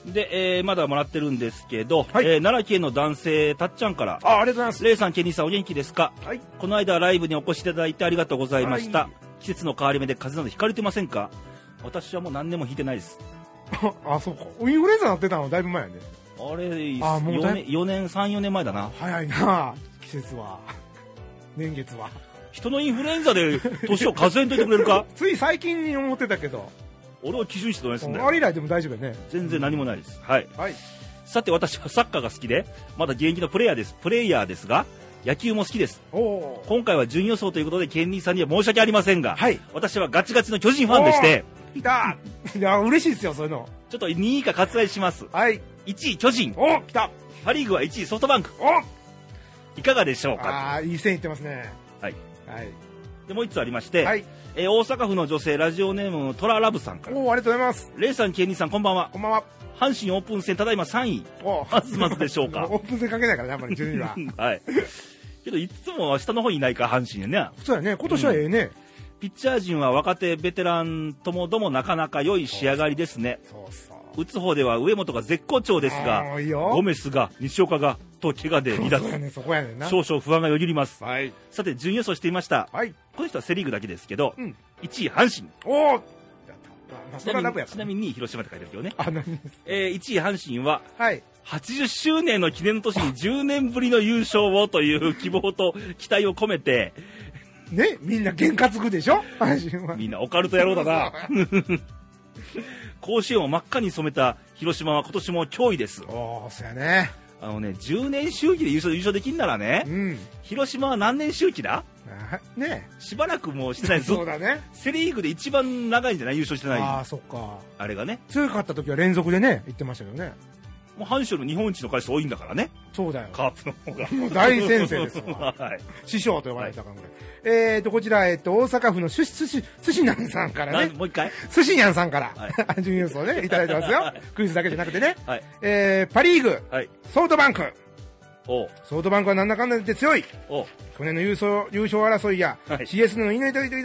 Speaker 1: い、で、えーまだもらってるんですけど、
Speaker 2: はい
Speaker 1: えー奈良県の男性たっちゃんから
Speaker 2: あありがとうございます
Speaker 1: レイさんケニーさんお元気ですか
Speaker 2: はい
Speaker 1: この間ライブにお越しいただいてありがとうございました、
Speaker 2: はい
Speaker 1: 季節の変わり目で風邪などひかれてませんか私はもう何年も引いてないです
Speaker 2: <laughs> ああそうかインフルエンザなってたのだいぶ前やね
Speaker 1: あれ
Speaker 2: あもうだ
Speaker 1: 4年
Speaker 2: い
Speaker 1: 4年34年前だな
Speaker 2: 早いな季節は年月は
Speaker 1: 人のインフルエンザで年を数えんといてくれるか <laughs>
Speaker 2: つい最近に思ってたけど
Speaker 1: 俺を基準にしてどないすんだ
Speaker 2: あ
Speaker 1: よ
Speaker 2: れ以来でも大丈夫やね
Speaker 1: 全然何もないですはい
Speaker 2: はい
Speaker 1: さて私はサッカーが好きでまだ現役のプレイヤーですプレイヤーですが野球も好きです
Speaker 2: おお
Speaker 1: 今回は準予想ということでケンニーさんには申し訳ありませんが、
Speaker 2: はい
Speaker 1: 私はガチガチの巨人ファンでして
Speaker 2: いた <laughs> いや嬉しいですよそういうの
Speaker 1: ちょっと2位以下割愛します
Speaker 2: はい
Speaker 1: 1位巨人
Speaker 2: お来た
Speaker 1: パ・リーグは1位ソフトバンク
Speaker 2: お
Speaker 1: いかがでしょうか
Speaker 2: ああいい線いってますね
Speaker 1: はい
Speaker 2: はい
Speaker 1: でもう1つありまして、
Speaker 2: はい
Speaker 1: えー大阪府の女性ラジオネームトララブさんから
Speaker 2: おおありがとうございます
Speaker 1: レイさんケンニーさんこんばんは
Speaker 2: こんばんは
Speaker 1: 阪神オープン戦ただいま3位
Speaker 2: お
Speaker 1: まずまずでしょうか
Speaker 2: オープン戦かけないからねあんまり順位
Speaker 1: <laughs>
Speaker 2: は
Speaker 1: はいけどいつも下の方にいないか阪神ね
Speaker 2: そうやね今年はええね、
Speaker 1: ピッチャー陣は若手ベテランともどもなかなか良い仕上がりですね
Speaker 2: そうそう
Speaker 1: 打つ方では上本が絶好調です
Speaker 2: あ
Speaker 1: が
Speaker 2: ーいいよ
Speaker 1: ゴメスが西岡がと怪我で離
Speaker 2: そうや
Speaker 1: 脱
Speaker 2: ねそこやねんな
Speaker 1: 少々不安がよぎります
Speaker 2: はい
Speaker 1: さて順位予想していました
Speaker 2: はい
Speaker 1: この人はセ・リーグだけですけど、
Speaker 2: うん
Speaker 1: 1位阪神
Speaker 2: おおやったまあ
Speaker 1: ち
Speaker 2: それは
Speaker 1: な
Speaker 2: 楽
Speaker 1: みに
Speaker 2: やか
Speaker 1: ちな
Speaker 2: ら
Speaker 1: みに2位広島って書いてあるけどね、
Speaker 2: あ何
Speaker 1: えー1位阪神は
Speaker 2: はい
Speaker 1: 80周年の記念の年に10年ぶりの優勝をという希望と期待を込めて
Speaker 2: ねみんな験担ぐでしょ阪神は
Speaker 1: みんなオカルト野郎だな甲子園を真っ赤に染めた広島は今年も脅威です
Speaker 2: おおそうやね
Speaker 1: あのね10年周期で優勝優勝できんならね、
Speaker 2: うん
Speaker 1: 広島は何年周期だ
Speaker 2: あね
Speaker 1: しばらくもうしてない
Speaker 2: そう
Speaker 1: ぞ
Speaker 2: だね
Speaker 1: セ・リーグで一番長いんじゃない優勝してない
Speaker 2: あ
Speaker 1: あ
Speaker 2: あそっか
Speaker 1: れがね
Speaker 2: 強かった時は連続でね言ってましたけどね
Speaker 1: もう阪神の日本一の回数多いんだからね
Speaker 2: そうだよ
Speaker 1: カープの方が
Speaker 2: もう <laughs> 大先生です
Speaker 1: <laughs>
Speaker 2: わ
Speaker 1: はい
Speaker 2: 師匠と呼ばれたからこれ、えっ、ー、とこちら、えっと大阪府の寿司寿司寿司にゃんさんから
Speaker 1: なん
Speaker 2: ね
Speaker 1: もう一回
Speaker 2: 寿司にゃんさんから、
Speaker 1: は
Speaker 2: 準優勝ねいただいてますよクイズだけじゃなくてね、
Speaker 1: はい
Speaker 2: えー、パ・リーグ
Speaker 1: はい
Speaker 2: ソフトバンク
Speaker 1: おう
Speaker 2: ソフトバンクはなんだかんだ言って強い
Speaker 1: おう
Speaker 2: 去年の優勝優勝争いや、
Speaker 1: はい
Speaker 2: CS の犬痛い痛い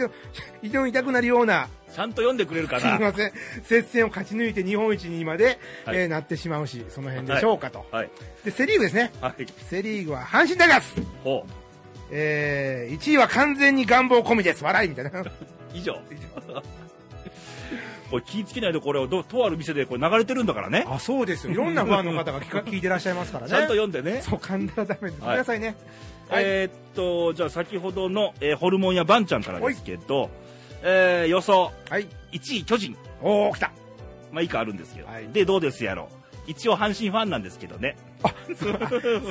Speaker 2: 痛い痛くなるような、
Speaker 1: ちゃんと読んでくれるか
Speaker 2: すみ <laughs>
Speaker 1: な
Speaker 2: ません、接戦を勝ち抜いて日本一にまで、
Speaker 1: はい
Speaker 2: えーなってしまうし、その辺でしょうかと、
Speaker 1: はい
Speaker 2: でセ・リーグですね、
Speaker 1: はい
Speaker 2: セ・リーグは阪神タイガース、
Speaker 1: ほう
Speaker 2: えー、1位は完全に願望込みです、笑いみたいな、
Speaker 1: 以上 <laughs> これ気ぃつけないとこれをどとある店でこれ流れてるんだからね
Speaker 2: あそうですよ、いろんなファンの方が聞か聞いてらっしゃいますからね、
Speaker 1: ちゃんと読んでね
Speaker 2: そう、噛んだらダメです、ご
Speaker 1: はい
Speaker 2: めんなさいね、はい
Speaker 1: えーっとじゃあ先ほどの、えーホルモンやバンちゃんからですけど、えー予想
Speaker 2: はい、
Speaker 1: 1位巨人
Speaker 2: おー、来た、
Speaker 1: まあ以下あるんですけど、
Speaker 2: はい
Speaker 1: でどうですやろ一応阪神ファンなんですけどね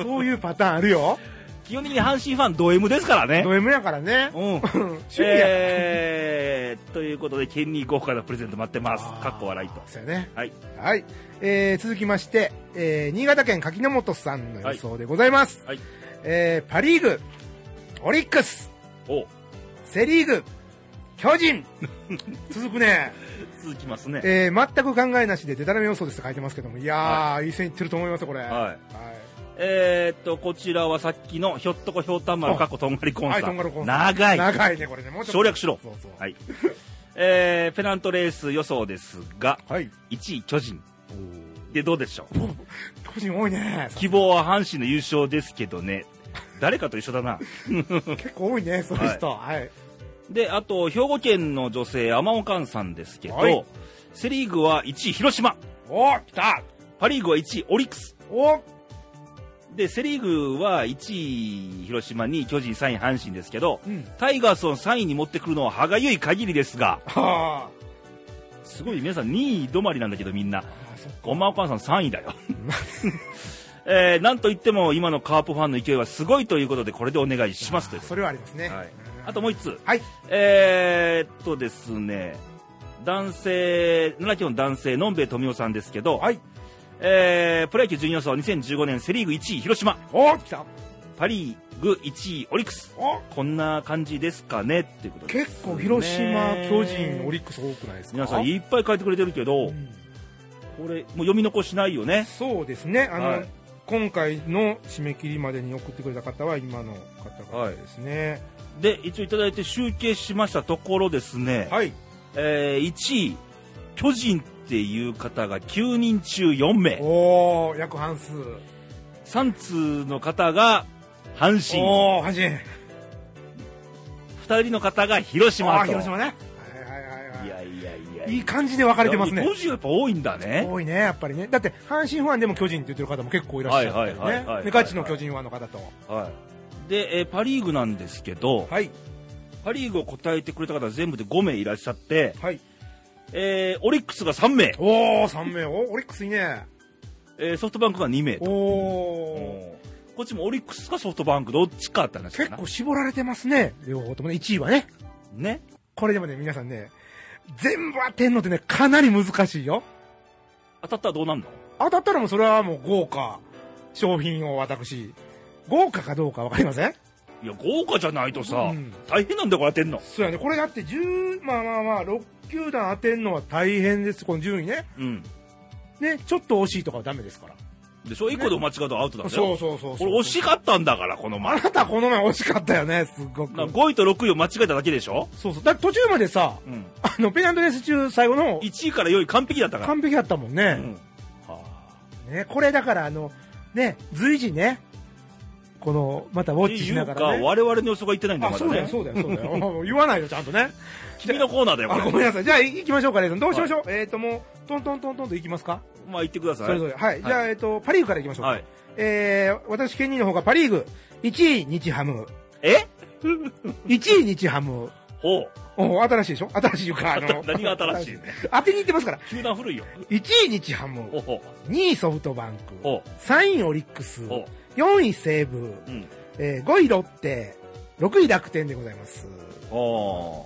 Speaker 2: そういうパターンあるよ、
Speaker 1: 基本的に阪神ファンド M ですからね
Speaker 2: ド M やからね、
Speaker 1: うん
Speaker 2: <laughs> 趣味や、
Speaker 1: えー、ということで県に豪華なプレゼント待ってますかっこ笑いと
Speaker 2: そうやね
Speaker 1: はい
Speaker 2: はい、えー続きまして、えー新潟県柿の本さんの予想でございます、
Speaker 1: はい
Speaker 2: えーパ・リーグオリックス
Speaker 1: お
Speaker 2: セ・リーグ巨
Speaker 1: <laughs>
Speaker 2: 人続くね、
Speaker 1: 続きますね
Speaker 2: えー全く考えなしででたらめ予想ですと書いてますけどもいやー、い、い線いってると思いますよこれ
Speaker 1: はいいえーっとこちらはさっきのひょっとこひょうたん丸
Speaker 2: あ
Speaker 1: かっことんがりコン
Speaker 2: はい
Speaker 1: さ
Speaker 2: とん
Speaker 1: ん
Speaker 2: がろこんさん
Speaker 1: 長い
Speaker 2: 長いねこれねもうちょっと
Speaker 1: 省略しろ
Speaker 2: そうそうは、
Speaker 1: はい <laughs> いえーペナントレース予想ですが1位巨人でどうでしょう
Speaker 2: 巨人多いね
Speaker 1: 希望は阪神の優勝ですけどね誰かと一緒だ
Speaker 2: <laughs>
Speaker 1: な
Speaker 2: 結構多いねそういう人はい、
Speaker 1: であと兵庫県の女性天おかんさんですけど、
Speaker 2: はい
Speaker 1: セ・リーグは1位広島
Speaker 2: おー来た
Speaker 1: パ・リーグは1位オリックス
Speaker 2: お
Speaker 1: でセ・リーグは1位広島2位巨人3位阪神ですけど、
Speaker 2: うん
Speaker 1: タイガースを3位に持ってくるのは歯がゆい限りですが
Speaker 2: は
Speaker 1: すごい皆さん2位止まりなんだけどみんな
Speaker 2: ああそっか
Speaker 1: ごまおかんさん3位だよ <laughs> えー、なんといっても今のカープファンの勢いはすごいということでこれでお願いしますということ
Speaker 2: それはありますね
Speaker 1: で、はい、あともう1つ
Speaker 2: はい
Speaker 1: えー、っとですね男性奈良県の男性のんべえ富夫さんですけど、
Speaker 2: はい
Speaker 1: えープロ野球準予想2015年セ・リーグ1位広島
Speaker 2: おー来た
Speaker 1: パ・リーグ1位オリックス
Speaker 2: お
Speaker 1: こんな感じですかねっていうことですね
Speaker 2: 結構広島、巨人、オリックス多くないですか
Speaker 1: 皆さんいっぱい書いてくれてるけど、
Speaker 2: うん
Speaker 1: これもう読み残しないよね
Speaker 2: そうですねあの、
Speaker 1: はい
Speaker 2: 今回の締め切りまでに送ってくれた方は今の方々ですね
Speaker 1: で一応いただいて集計しましたところですね、
Speaker 2: はい、
Speaker 1: えー1位巨人っていう方が9人中4名
Speaker 2: おお約半数
Speaker 1: 3通の方が阪神
Speaker 2: おお阪神
Speaker 1: 2人の方が広島と
Speaker 2: あー広島ねはいはいはいいは
Speaker 1: やいやいや
Speaker 2: いいい感じで分かれてますね
Speaker 1: 50やっぱ多いんだね
Speaker 2: 多いねやっぱりねだって阪神ファンでも巨人って言ってる方も結構いらっしゃってる
Speaker 1: はいはいはいはいは
Speaker 2: ね
Speaker 1: い
Speaker 2: でガチの巨人ファンの方と
Speaker 1: はいで、えーパ・リーグなんですけど、
Speaker 2: はい
Speaker 1: パ・リーグを答えてくれた方全部で5名いらっしゃって、
Speaker 2: はい
Speaker 1: えーオリックスが3名、
Speaker 2: おお3名おオリックスいいね
Speaker 1: えーソフトバンクが2名
Speaker 2: お
Speaker 1: と
Speaker 2: お
Speaker 1: こっちもオリックスかソフトバンクどっちかって話か
Speaker 2: 結
Speaker 1: な
Speaker 2: 構絞られてますね両方ともね1位はね
Speaker 1: ね
Speaker 2: これでもね皆さんね全部当てんのってねかなり難しいよ
Speaker 1: 当たったらどうなんの
Speaker 2: 当たったらもうそれはもう豪華商品を私豪華かどうか分かりません
Speaker 1: いや豪華じゃないとさ、
Speaker 2: うん
Speaker 1: 大変なんだよこれ当てんの
Speaker 2: そうやねこれだって10まあまあまあ6球団当てんのは大変ですこの順位ね
Speaker 1: うん
Speaker 2: ねちょっと惜しいとかはダメですから
Speaker 1: でしょ1個でも間違うとアウトだ
Speaker 2: そう
Speaker 1: よ
Speaker 2: そうそう
Speaker 1: こ
Speaker 2: そう
Speaker 1: れ惜しかったんだからこの
Speaker 2: あ
Speaker 1: 前
Speaker 2: なたこの前惜しかったよねすごく
Speaker 1: 5位と6位を間違えただけでしょ、
Speaker 2: そうそうだって途中までさ
Speaker 1: うん、
Speaker 2: あのペナントレース中最後の方
Speaker 1: 1位から4位完璧だったから
Speaker 2: 完璧だったもんね、
Speaker 1: うん
Speaker 2: ね、これだからあの、ね、随時ね、この、またウォ
Speaker 1: っ
Speaker 2: ッ
Speaker 1: て
Speaker 2: チ
Speaker 1: い
Speaker 2: し
Speaker 1: う
Speaker 2: な
Speaker 1: か、
Speaker 2: がら、ね。
Speaker 1: 我々の予想が言ってないんだ
Speaker 2: あ、
Speaker 1: まだ
Speaker 2: そうだよ、
Speaker 1: ね。
Speaker 2: そうだよ、そうだよ。 <laughs> もう言わないよ、ちゃんとね。
Speaker 1: 君のコーナーだよ、
Speaker 2: あ、
Speaker 1: こ
Speaker 2: ごめん
Speaker 1: れ。
Speaker 2: なさい。じゃあ、行きましょうか、レイさん。どうしましょう。えっ、と、もう、トントントントンと行きますか。
Speaker 1: まあ言ってください。
Speaker 2: それぞれ。はい。
Speaker 1: はい
Speaker 2: じゃあ、えっ、と、パリーグから行きましょうか。
Speaker 1: はい
Speaker 2: えー、私、ケニーの方がパリーグ、1位、日ハム。
Speaker 1: え
Speaker 2: 1位、日ハム。
Speaker 1: ほう。、
Speaker 2: お新しいでしょ新しいいうか、あの
Speaker 1: 何が新しい
Speaker 2: 当てに行ってますから。
Speaker 1: 球団古いよ。
Speaker 2: 1位、日
Speaker 1: ほ
Speaker 2: ハ
Speaker 1: う
Speaker 2: ム。
Speaker 1: ほ
Speaker 2: 2位、ソフトバ
Speaker 1: う。
Speaker 2: ンク。
Speaker 1: ほ
Speaker 2: 3位、オリックス
Speaker 1: う。。ほ
Speaker 2: 4位、西武。
Speaker 1: う。うん。
Speaker 2: えー5位ロッテ、6位楽天でございます。
Speaker 1: ほ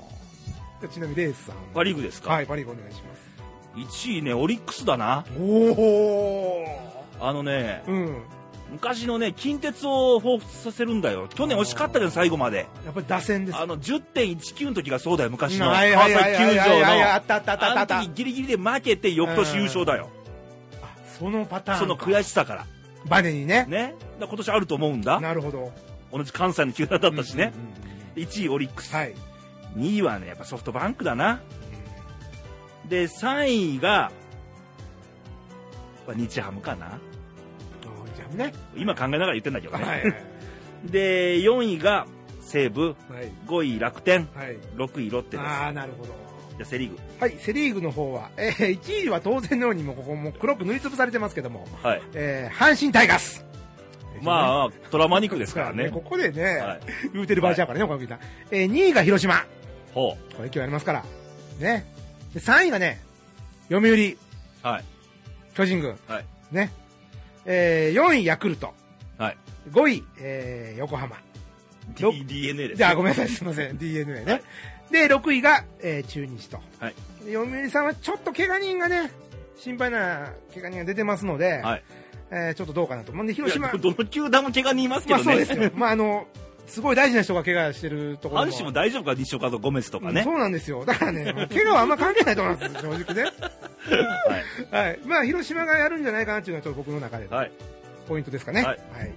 Speaker 2: ちなみにレイスさん。
Speaker 1: う。パ・リーグですか、
Speaker 2: はい、パリーグお願いします。
Speaker 1: ?1 位ね、オリックスだな。
Speaker 2: お
Speaker 1: あのね、
Speaker 2: ー。うん。
Speaker 1: 昔のね、近鉄を彷彿させるんだよ。去年惜しかったけど、最後まで。
Speaker 2: やっぱり打線です。
Speaker 1: あの、10.19の時がそうだよ、昔の。
Speaker 2: は
Speaker 1: 川
Speaker 2: いはい
Speaker 1: 崎
Speaker 2: はい
Speaker 1: 球
Speaker 2: はいはいはい
Speaker 1: 場の。
Speaker 2: あったあったあったあ
Speaker 1: あ
Speaker 2: ったあ
Speaker 1: の
Speaker 2: っ
Speaker 1: 時ギリギリで負けて翌年優勝だよ。
Speaker 2: た。そのパターン。
Speaker 1: その悔
Speaker 2: し
Speaker 1: しさから。
Speaker 2: バネにね。
Speaker 1: ね、だから今年あると思うんだ、
Speaker 2: なるほど。
Speaker 1: 同じ関西の球団だったしね
Speaker 2: う、んうんうん
Speaker 1: 1位オリックス、
Speaker 2: はい。
Speaker 1: 2位はね、やっぱソフトバンクだな、で3位が、やっぱ日ハムかな、
Speaker 2: あじゃあね。
Speaker 1: 今考えながら言ってんだけど
Speaker 2: はい
Speaker 1: ね、
Speaker 2: はい
Speaker 1: で4位が西武、
Speaker 2: はい。
Speaker 1: 5位楽天、
Speaker 2: はい。
Speaker 1: 6位ロッテです、じ
Speaker 2: あ
Speaker 1: ゃ
Speaker 2: あ、なるほど。
Speaker 1: あセ・リーグ、
Speaker 2: はい、セ・リーグの方は、えー、1位は当然のようにもうここもう黒く塗りつぶされてますけども、
Speaker 1: はい、
Speaker 2: えー、阪神タイガース。あ、
Speaker 1: まあ、トラマニックですからね
Speaker 2: こ、こで <laughs> ね、
Speaker 1: はい
Speaker 2: 言うてる場合ちゃうからね、岡崎さん。えー、2位が広島。
Speaker 1: ほ
Speaker 2: これ今日ありますから。ね。で、3位がね、読売、
Speaker 1: う、はい、
Speaker 2: 巨人軍。
Speaker 1: はい、
Speaker 2: ね。えー、4位ヤクルト。
Speaker 1: はい、
Speaker 2: 5位、えー、横浜。ろ
Speaker 1: d n a です、
Speaker 2: <laughs> じゃあごめんなさい、すいません。DNA ね。で、6位が、えー、中日と。
Speaker 1: はい
Speaker 2: で読売さんはちょっと怪我人がね、心配な怪我人が出てますので、
Speaker 1: はい、
Speaker 2: えーちょっとどうかなと。まあ、で、
Speaker 1: い
Speaker 2: 広島、
Speaker 1: やどの球団も怪我人いますけ
Speaker 2: まあ
Speaker 1: ど
Speaker 2: そうですよ
Speaker 1: ね。。
Speaker 2: まああの、すごい大事な人が怪我してるところ
Speaker 1: ある種も大丈夫か、西岡とゴメスとか
Speaker 2: うん
Speaker 1: ね。
Speaker 2: そうなんですよ。だからね、もう怪我はあんま関係ないと思います、正直
Speaker 1: <laughs>
Speaker 2: ね。
Speaker 1: はい
Speaker 2: はい。まあ、広島がやるんじゃないかなっていうのは、ちょっと僕の中での
Speaker 1: はい、
Speaker 2: ポイントですかね。
Speaker 1: は
Speaker 2: はいい。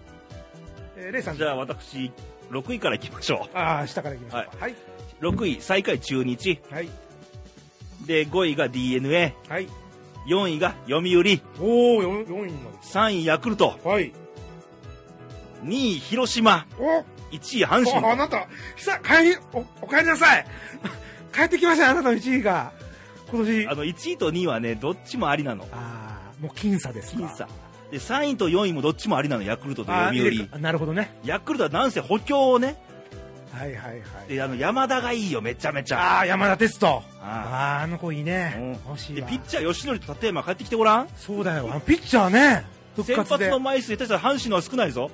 Speaker 2: えーレイさん、
Speaker 1: じゃあ私、6位からいきましょ
Speaker 2: ああ、下からいきましょうか。はい。
Speaker 1: う。6位、最下位中日。
Speaker 2: はい。
Speaker 1: で、5位が d n a
Speaker 2: はい。
Speaker 1: 4位が読売。
Speaker 2: おお、4位ま
Speaker 1: 3位ヤクルト。
Speaker 2: で。はい。
Speaker 1: 2位広島。
Speaker 2: お
Speaker 1: 1位阪
Speaker 2: おあ
Speaker 1: 神。
Speaker 2: なた、さ、帰り、お、お帰りなさい。 <laughs> 帰ってきました、あなたの1位が。今年。
Speaker 1: あ
Speaker 2: あ
Speaker 1: の、1位と2位はね、どっちもありなの。
Speaker 2: あー、もう僅差ですか。
Speaker 1: 僅差。で、3位と4位もどっちもありなの、ヤクルトと
Speaker 2: あー。
Speaker 1: 読売。
Speaker 2: あなるほどね。
Speaker 1: ヤクルトはなんせ補強をね。
Speaker 2: はいはいはい。
Speaker 1: で、あの、山田がいいよ、めちゃめちゃ。
Speaker 2: ああ、山田哲人。
Speaker 1: あ
Speaker 2: ああ、あの子いいね。
Speaker 1: うん
Speaker 2: 欲しい
Speaker 1: で、
Speaker 2: わ。
Speaker 1: ピッチャー吉典と立山帰ってきてごらん。
Speaker 2: そうだよ。あのピッチャーね。復
Speaker 1: 先
Speaker 2: 活
Speaker 1: 発
Speaker 2: で
Speaker 1: の。枚数、下手したら阪神のは少ないぞ。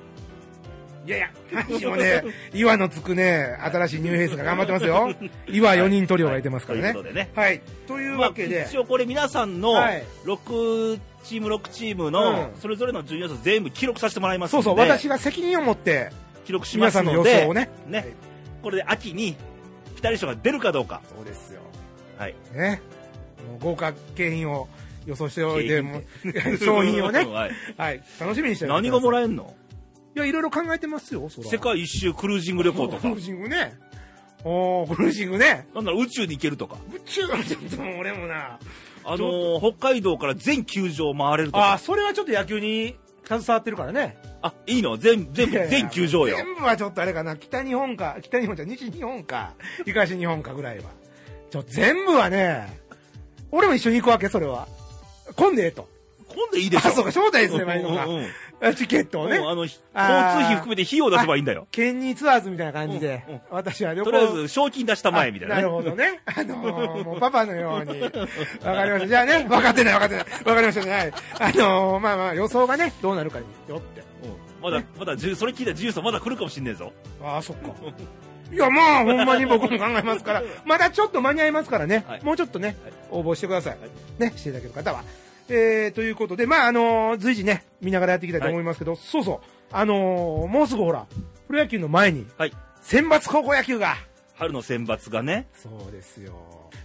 Speaker 2: いやいや、阪神はね、 <laughs> 岩のつくね、新しいニューフェイスが頑張ってます
Speaker 1: <laughs>
Speaker 2: よ。岩4人トリオがいてますから
Speaker 1: はい
Speaker 2: ね
Speaker 1: ということ。でね。
Speaker 2: はい。というわけ
Speaker 1: ま
Speaker 2: で
Speaker 1: あ、一応これ皆さんの
Speaker 2: はい
Speaker 1: 6チーム6チームの
Speaker 2: うん
Speaker 1: それぞれの順位予想全部記録させてもらいます
Speaker 2: そ
Speaker 1: の
Speaker 2: う
Speaker 1: で
Speaker 2: そう、私が責任を持って、
Speaker 1: 記録しま
Speaker 2: 皆
Speaker 1: す
Speaker 2: さんの
Speaker 1: の
Speaker 2: 予
Speaker 1: で
Speaker 2: 想をね。
Speaker 1: ね
Speaker 2: はい
Speaker 1: これで秋にピタリ賞が出るかどうか
Speaker 2: そうですよ。
Speaker 1: はい
Speaker 2: ね。もう豪華景品を予想しておい
Speaker 1: 景
Speaker 2: て、
Speaker 1: 品
Speaker 2: もう商品をね。
Speaker 1: <laughs> はい
Speaker 2: はい。楽しみにして
Speaker 1: 何がも
Speaker 2: え
Speaker 1: らえんの
Speaker 2: いや、いろいろ考えてますよ、そら
Speaker 1: 世界一周クルージング旅行とか
Speaker 2: クルージングね。おー、クルージングね。
Speaker 1: なんなら宇宙に行けるとか、
Speaker 2: 宇宙はちょっともう俺もな。
Speaker 1: あのー北海道から全球場回れると
Speaker 2: ああ、
Speaker 1: か
Speaker 2: それはちょっと野球に携わってるからね。
Speaker 1: あいいの全全
Speaker 2: いやい
Speaker 1: 部
Speaker 2: や
Speaker 1: 全球場よ
Speaker 2: 全部はちょっとあれかな。北日本か、北日本じゃ西日本か、東日本かぐらいは。ちょ、全部はね、俺も一緒に行くわけ、それは。混んでええと。
Speaker 1: 今度いいでしょ
Speaker 2: あ、そうか、招待すればいいの
Speaker 1: うんうんうん
Speaker 2: か。 <laughs> チケットをね
Speaker 1: もう。あの交通
Speaker 2: あー
Speaker 1: 費含めて費用出せばいいんだよ
Speaker 2: 県にツアーズみたいな感じで
Speaker 1: うんうん、
Speaker 2: 私は旅行。
Speaker 1: とりあえず賞金出したまえみたいな
Speaker 2: あ
Speaker 1: ね
Speaker 2: なるほどね。あのーもうパパのよう
Speaker 1: <laughs>
Speaker 2: に。わかりました。じゃあね、分かってない分かってない。分かりましたね。はい。あのーまあまあ予想がね、どうなるかによって。
Speaker 1: うんまだ、まだ、じゅそれ聞いたら、ジュースまだ来るかもしんねえぞ。
Speaker 2: ああ、そっか。いや、まあ、ほんまに僕も考えますから、まだちょっと間に合いますからね、
Speaker 1: はい
Speaker 2: もうちょっとね、
Speaker 1: はい
Speaker 2: 応募してください。
Speaker 1: はい
Speaker 2: ね、していただける方は。えー、ということで、まあ、あのー随時ね、見ながらやっていきたいと思いますけど、そうそう、あのーもうすぐほら、プロ野球の前に、
Speaker 1: はい。
Speaker 2: 選抜高校野球が、
Speaker 1: 春の選抜がね、
Speaker 2: そうですよ。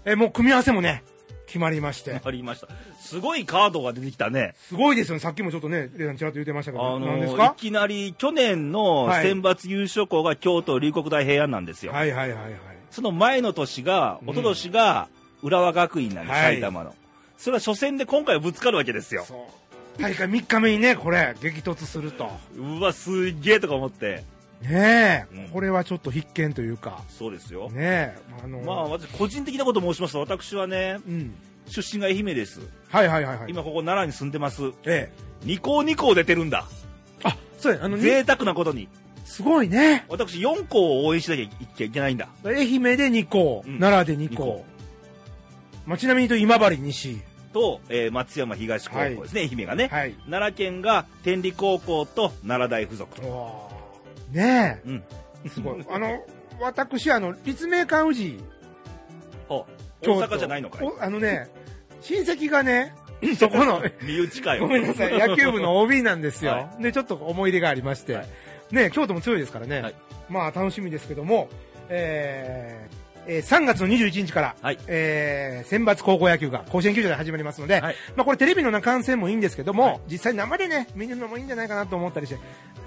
Speaker 2: えーもう組み合わせもね、決まりまして。
Speaker 1: ありました。すごいカードが出てきたね。
Speaker 2: すごいですよね。さっきもちょっとね、レイさんちらっと言ってました
Speaker 1: あ
Speaker 2: けど、何です
Speaker 1: の、い
Speaker 2: か
Speaker 1: きなり、去年の
Speaker 2: はい
Speaker 1: 選抜優勝校が京都龍谷大平安なんですよ。
Speaker 2: はいはいはいはい。
Speaker 1: その前の年が、
Speaker 2: うん
Speaker 1: 一昨年が、浦和学院なんです、
Speaker 2: はい
Speaker 1: 埼玉の。それは初戦で今回ぶつかるわけですよ。
Speaker 2: そう。大会3日目にね、これ、激突すると。
Speaker 1: うわ、すっげえとか思って。
Speaker 2: ねえ、
Speaker 1: うん
Speaker 2: これはちょっと必見というか、
Speaker 1: そうですよ。
Speaker 2: ねえ、あの、
Speaker 1: まあ、私、個人的なこと申しますと、私はね、
Speaker 2: うん。
Speaker 1: 出身が愛媛です。
Speaker 2: はいはいはいはい。
Speaker 1: 今ここ奈良に住んでます。
Speaker 2: え
Speaker 1: 二校二校出てるんだ。
Speaker 2: え。あ、そうや、あの、ね、
Speaker 1: 贅沢なことに。
Speaker 2: すごいね。
Speaker 1: 私4校を応援しなきゃいけないんだ
Speaker 2: 愛媛で2校、
Speaker 1: うん
Speaker 2: 奈良で
Speaker 1: 二
Speaker 2: 2
Speaker 1: 校
Speaker 2: 校。まあ、ちなみに言うと今治西。
Speaker 1: と、えー松山東高校ですね、愛媛がね、
Speaker 2: はい。
Speaker 1: 奈良県が天理高校と奈良大附属と、
Speaker 2: おーね
Speaker 1: うん、
Speaker 2: え、すごい。あの、私、あの、立命館宇治、
Speaker 1: ほう
Speaker 2: 京
Speaker 1: 大
Speaker 2: 都
Speaker 1: 阪じゃないのかい
Speaker 2: おあのね、親戚
Speaker 1: <laughs>
Speaker 2: がね、そこの、
Speaker 1: 身内かよ
Speaker 2: ごめん
Speaker 1: <laughs>
Speaker 2: なさい、野球部の OB なんですよ。
Speaker 1: は
Speaker 2: で、ちょっと思い出がありまして、
Speaker 1: はい
Speaker 2: ね、京都も強いですからね、
Speaker 1: はい
Speaker 2: まあ楽しみですけども、ええー3月の21日から、
Speaker 1: はい
Speaker 2: えー選抜高校野球が甲子園球場で始まりますので、
Speaker 1: はい
Speaker 2: まあ、これテレビの観戦もいいんですけども、
Speaker 1: はい
Speaker 2: 実際生でね、見るのもいいんじゃないかなと思ったりして、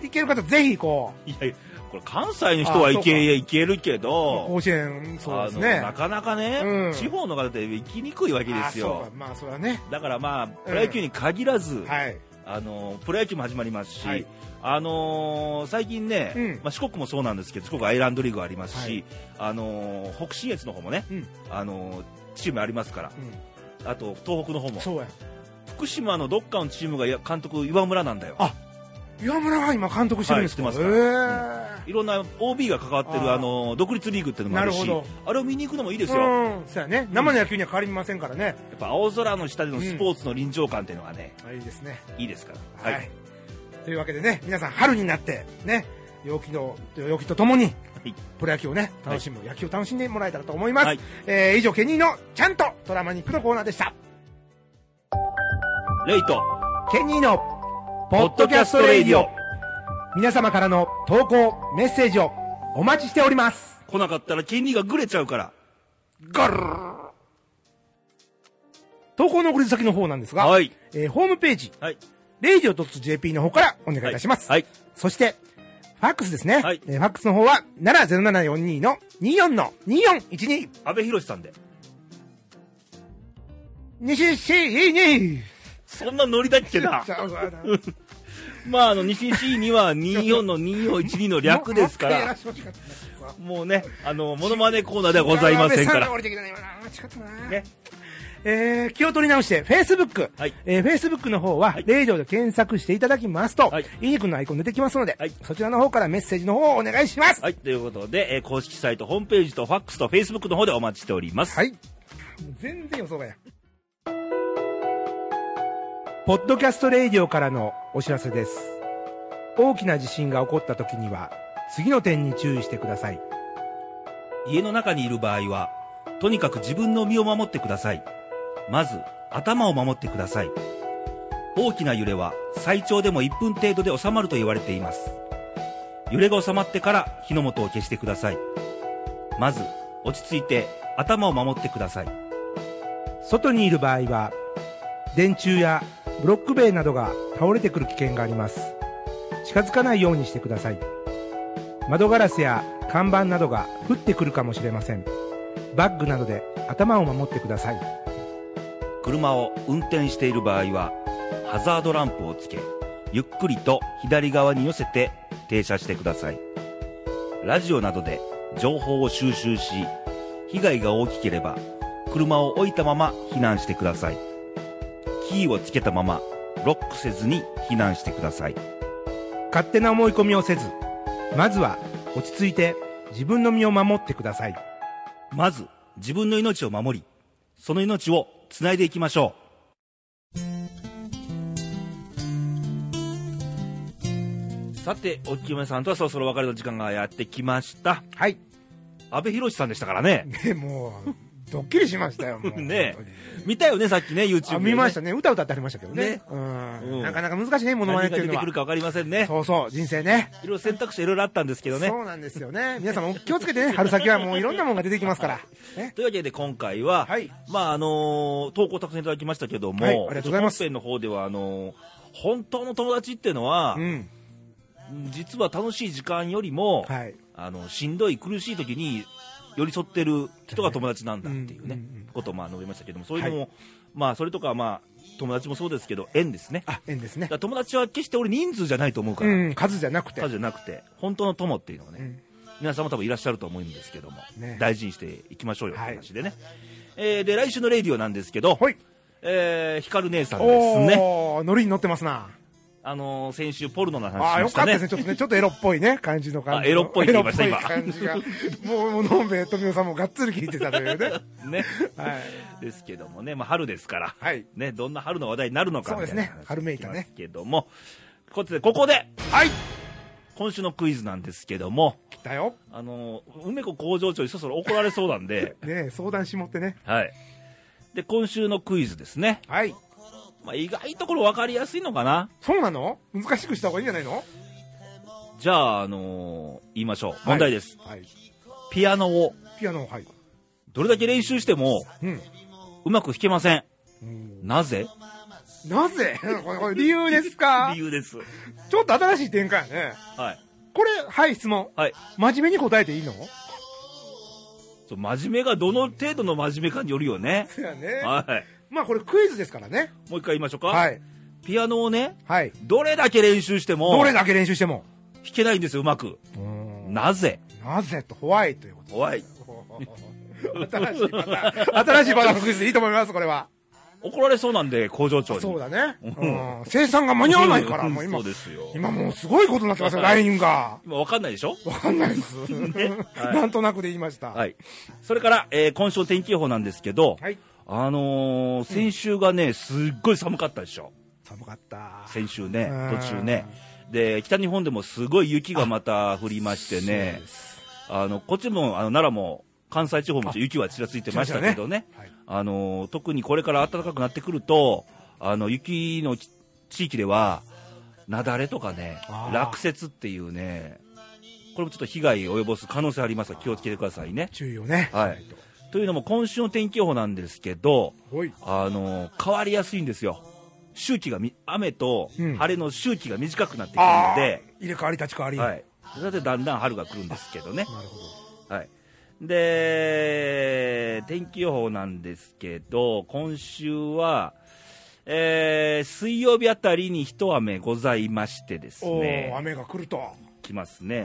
Speaker 2: 行ける方ぜひこう、
Speaker 1: いやいやこれ関西の人は
Speaker 2: あ
Speaker 1: い
Speaker 2: そうか
Speaker 1: けいけるけど
Speaker 2: 甲子園、そうです
Speaker 1: あの
Speaker 2: ね
Speaker 1: な。かなかね、
Speaker 2: うん
Speaker 1: 地方の方って行きにくいわけです
Speaker 2: あそう
Speaker 1: よ
Speaker 2: かまあ、それはね。
Speaker 1: だからまあプロ野球に限らず、
Speaker 2: はい。
Speaker 1: あのプロ野球も始まりますし、
Speaker 2: はい
Speaker 1: あのー最近ね、
Speaker 2: うん
Speaker 1: まあ、四国もそうなんですけど四国アイランドリーグありますし、
Speaker 2: はい
Speaker 1: あのー北信越の方もね、
Speaker 2: うん。
Speaker 1: あのーチームありますからあと東北の方
Speaker 2: うん。
Speaker 1: も
Speaker 2: そうや。
Speaker 1: 福島のどっかのチームがや監督岩村なんだよ
Speaker 2: あ岩村が今監督してるんですか、
Speaker 1: はいしてます
Speaker 2: へ
Speaker 1: いろんな OB が関わってる
Speaker 2: あー
Speaker 1: あのー独立リーグっての
Speaker 2: ー
Speaker 1: もあ
Speaker 2: な
Speaker 1: る
Speaker 2: る
Speaker 1: し
Speaker 2: ほど。
Speaker 1: あれを見に行くのもいいですよ、や
Speaker 2: うん。そうやね。生の野球には変わりませんからね。
Speaker 1: っぱ青空の下でのスポーツの臨場感っていうのがね、
Speaker 2: あいいですね。
Speaker 1: いいですから、
Speaker 2: はい。
Speaker 1: はい
Speaker 2: というわけでね、皆さん春になって、ね、陽気の、陽気とともに、
Speaker 1: い
Speaker 2: プロ野球をね、楽しむ、野球を楽しんでもらえたらと思います。
Speaker 1: はい
Speaker 2: えー以上、ケニーのちゃんとトラマニックのコーナーでした。
Speaker 1: レイト
Speaker 2: ケニーの、ポッ
Speaker 1: ッド
Speaker 2: ド
Speaker 1: キ
Speaker 2: キャ
Speaker 1: ャ
Speaker 2: ス
Speaker 1: ス
Speaker 2: ト
Speaker 1: ト
Speaker 2: レ
Speaker 1: レ
Speaker 2: イ
Speaker 1: イ
Speaker 2: デ
Speaker 1: デ
Speaker 2: ィ
Speaker 1: ィ
Speaker 2: オ
Speaker 1: オ。
Speaker 2: 皆様からの投稿、メッセージをお待ちしております。
Speaker 1: 来なかったら金利がぐれちゃうから
Speaker 2: ガルー投稿の送り先の方なんですが、
Speaker 1: はい
Speaker 2: えーホームページ、
Speaker 1: はい
Speaker 2: radio.jp の方からお願いいたします。
Speaker 1: はい
Speaker 2: そして、ファックスですね。
Speaker 1: はい
Speaker 2: えーファックスの方は、奈良0742の24の2412、
Speaker 1: 阿部寛さんで
Speaker 2: 2412!
Speaker 1: そんなノリだっけ <laughs> な
Speaker 2: ちゃうわな
Speaker 1: まあ、あの、西西には24の2412の略ですか
Speaker 2: も
Speaker 1: ら、
Speaker 2: う一回やらせてほしかったな
Speaker 1: もうね、あの、モノマネコーナーではございませんか
Speaker 2: 安倍さが
Speaker 1: ら。
Speaker 2: 降りてきたね今な間違ったな
Speaker 1: ね。
Speaker 2: えー気を取り直して、Facebook。
Speaker 1: はい
Speaker 2: えー Facebook の方は、
Speaker 1: い
Speaker 2: レイディオで検索していただきますと、
Speaker 1: はい
Speaker 2: い、いねくんのアイコン出てきますので、
Speaker 1: はい
Speaker 2: そちらの方からメッセージの方をお願いします。
Speaker 1: はい、ということで、えー公式サイト、ホームページとファックスとフェイスブックの方でお待ちしております。
Speaker 2: はい。全然予想外や。ポッドキャストレイディオからのお知らせです。大きな地震が起こった時には、次の点に注意してください。
Speaker 1: 家の中にいる場合は、とにかく自分の身を守ってください。まず、頭を守ってください。大きな揺れは最長でも1分程度で収まると言われています。揺れが収まってから火の元を消してください。まず、落ち着いて頭を守ってください。
Speaker 2: 外にいる場合は、電柱やブロック塀などが倒れてくる危険があります。近づかないようにしてください。窓ガラスや看板などが降ってくるかもしれません。バッグなどで頭を守ってください。
Speaker 1: 車を運転している場合はハザードランプをつけゆっくりと左側に寄せて停車してくださいラジオなどで情報を収集し被害が大きければ車を置いたまま避難してくださいキーをつけたままロックせずに避難してください
Speaker 2: 勝手な思い込みをせず、まずは落ち着いて自分の身を守ってください。
Speaker 1: まず自分の命を守りその命をつないでいきましょうさておきめさんとはそろそろお別れの時間がやってきました
Speaker 2: はい。
Speaker 1: 阿部寛さんでしたからね
Speaker 2: ね、もう、ドッキリしましたよ、も <laughs> う。
Speaker 1: ね
Speaker 2: 本当に
Speaker 1: 見たよねさっきね YouTube
Speaker 2: あ
Speaker 1: でね
Speaker 2: 見ましたね。歌歌ってありましたけどね。
Speaker 1: ね
Speaker 2: うん、
Speaker 1: うん
Speaker 2: なかなか難しいね、ものまね
Speaker 1: 何
Speaker 2: っ
Speaker 1: が
Speaker 2: てい
Speaker 1: 出
Speaker 2: うの
Speaker 1: て
Speaker 2: は
Speaker 1: くる。か分かりませんね
Speaker 2: そうそう、人生ね。
Speaker 1: いろいろ選択肢いろいろあったんですけどね
Speaker 2: そうなんですよね。皆さんも気をつけてね、春先はもういろんなものが出てきますから。ね。
Speaker 1: というわけで今回は、
Speaker 2: はい
Speaker 1: まああのー投稿たくさんいただきましたけども、
Speaker 2: はいありがとうございます
Speaker 1: 本編の方ではあのー本当の友達っていうのは、
Speaker 2: うん。
Speaker 1: 実は楽しい時間よりも、
Speaker 2: はい。
Speaker 1: あのしんどい苦しい時に寄り添ってる人が友達なんだっていうね、
Speaker 2: うんうんうん
Speaker 1: ことをまあ述べましたけどもそういうのも、まあそれとかはまあ友達もそうですけど縁ですね
Speaker 2: あ、縁です
Speaker 1: だ
Speaker 2: ね
Speaker 1: か。ら友達は決して俺人数じゃないと思うか
Speaker 2: う
Speaker 1: ら、
Speaker 2: ん、数じゃなくて。
Speaker 1: 他じゃなくて本当の友っていうのをね、
Speaker 2: うん
Speaker 1: 皆さんも多分いらっしゃると思うんですけども、
Speaker 2: ね
Speaker 1: 大事にしていきましょうよって
Speaker 2: はい
Speaker 1: 話でね、えーで来週のレディオなんですけど、
Speaker 2: はい。
Speaker 1: えー、ひかる姉さんですね
Speaker 2: おー、ノリに乗ってますな。
Speaker 1: あのー先週ポルノの
Speaker 2: ああー、
Speaker 1: 話し
Speaker 2: よ
Speaker 1: まし
Speaker 2: か
Speaker 1: た
Speaker 2: った
Speaker 1: ね
Speaker 2: ですね。ちょっとね、ちょっとエロっぽいね、感じの
Speaker 1: あ
Speaker 2: 感じの。
Speaker 1: エロっぽいって言いました
Speaker 2: エロっぽ感じが。もう、もう、のんべえ富野さんもがっつり聞いてたというね。
Speaker 1: ね
Speaker 2: は
Speaker 1: <laughs>
Speaker 2: い。
Speaker 1: ですけどもね、まあ、春ですから、
Speaker 2: はい
Speaker 1: ね、どんな春の話題になるのか
Speaker 2: そうですね春めいた
Speaker 1: た
Speaker 2: ね
Speaker 1: ですけどもここでここで
Speaker 2: はい。
Speaker 1: 今週のクイズなんですけども
Speaker 2: 来たよ。
Speaker 1: あの梅子工場長にそろそろ怒られそうなんで <laughs>
Speaker 2: ねえ相談しもってね。
Speaker 1: はいで今週のクイズですね、
Speaker 2: はい。
Speaker 1: まあ、意外とこれ分かりやすいのかな
Speaker 2: そうなの難しくした方がいいんじゃないの
Speaker 1: じゃあ、あのー言いましょう問題です、
Speaker 2: はい。
Speaker 1: ピアノを
Speaker 2: ピアノ、はい。
Speaker 1: どれだけ練習しても
Speaker 2: うん
Speaker 1: うまく弾けません。
Speaker 2: うん
Speaker 1: なぜ
Speaker 2: なぜこれこれ理由ですか
Speaker 1: 理由です。
Speaker 2: ちょっと新しい展開やね。
Speaker 1: はい。
Speaker 2: これ、はい、質問。
Speaker 1: はい。
Speaker 2: 真面目に答えていいの
Speaker 1: そう真面目がどの程度の真面目かによるよね。
Speaker 2: そうやね
Speaker 1: は
Speaker 2: まあこれクイズですからね。
Speaker 1: い。もう一回言いましょうか。
Speaker 2: はい。
Speaker 1: ピアノをね、
Speaker 2: はい。
Speaker 1: どれだけ練習しても、
Speaker 2: どれだけ練習しても。
Speaker 1: 弾けないんですよ、うまく。
Speaker 2: うーん
Speaker 1: なぜ
Speaker 2: なぜとホワイということ。
Speaker 1: 怖い。
Speaker 2: 新しいパターン。新しいパターンのクイズでいいと思います、これは。
Speaker 1: 怒られそうなんで、工場長に。
Speaker 2: そう
Speaker 1: だ。
Speaker 2: だね。
Speaker 1: うん
Speaker 2: うん生産が間に合わないから、もう今
Speaker 1: そう。ですよ。
Speaker 2: 今もうすごいことになってますよ、ラインが。
Speaker 1: 今わかんないでしょ
Speaker 2: わかんないです。
Speaker 1: はい
Speaker 2: なんとなくで言いました。
Speaker 1: はい。それから、えー今週の天気予報なんですけど、
Speaker 2: はい。
Speaker 1: あのー先週がね、すっごい寒かったでしょ。
Speaker 2: 寒かった。
Speaker 1: 先週ね
Speaker 2: う、ん
Speaker 1: 途中ね。で、北日本でもすごい雪がまた降りまして
Speaker 2: そう
Speaker 1: ね
Speaker 2: で、す
Speaker 1: あの、こっちも、あの、奈良も、関西地方も雪はちらついてましたけどね、
Speaker 2: はい
Speaker 1: あの、特にこれから暖かくなってくると、あの、雪のち地域では、雪崩とかね
Speaker 2: あ、ー
Speaker 1: 落雪っていうね、これもちょっと被害を及ぼす可能性ありますから気をつけてくださいね。
Speaker 2: 注意をね。
Speaker 1: はい。というのも今週の天気予報なんですけど、
Speaker 2: ほい。
Speaker 1: あの、変わりやすいんですよ。周期がみ、雨と
Speaker 2: うん
Speaker 1: 晴れの周期が短くなってくる
Speaker 2: あ
Speaker 1: の
Speaker 2: あ
Speaker 1: で、。
Speaker 2: 入れ替わり立ち替わり。
Speaker 1: はい。それでだんだん春が来るんですけどね。
Speaker 2: なるほど。
Speaker 1: はい、で、天気予報なんですけど、今週は、えー水曜日あたりに一雨ございましてです
Speaker 2: おー
Speaker 1: ね、
Speaker 2: 雨が来ると。は
Speaker 1: 来ますね、
Speaker 2: い。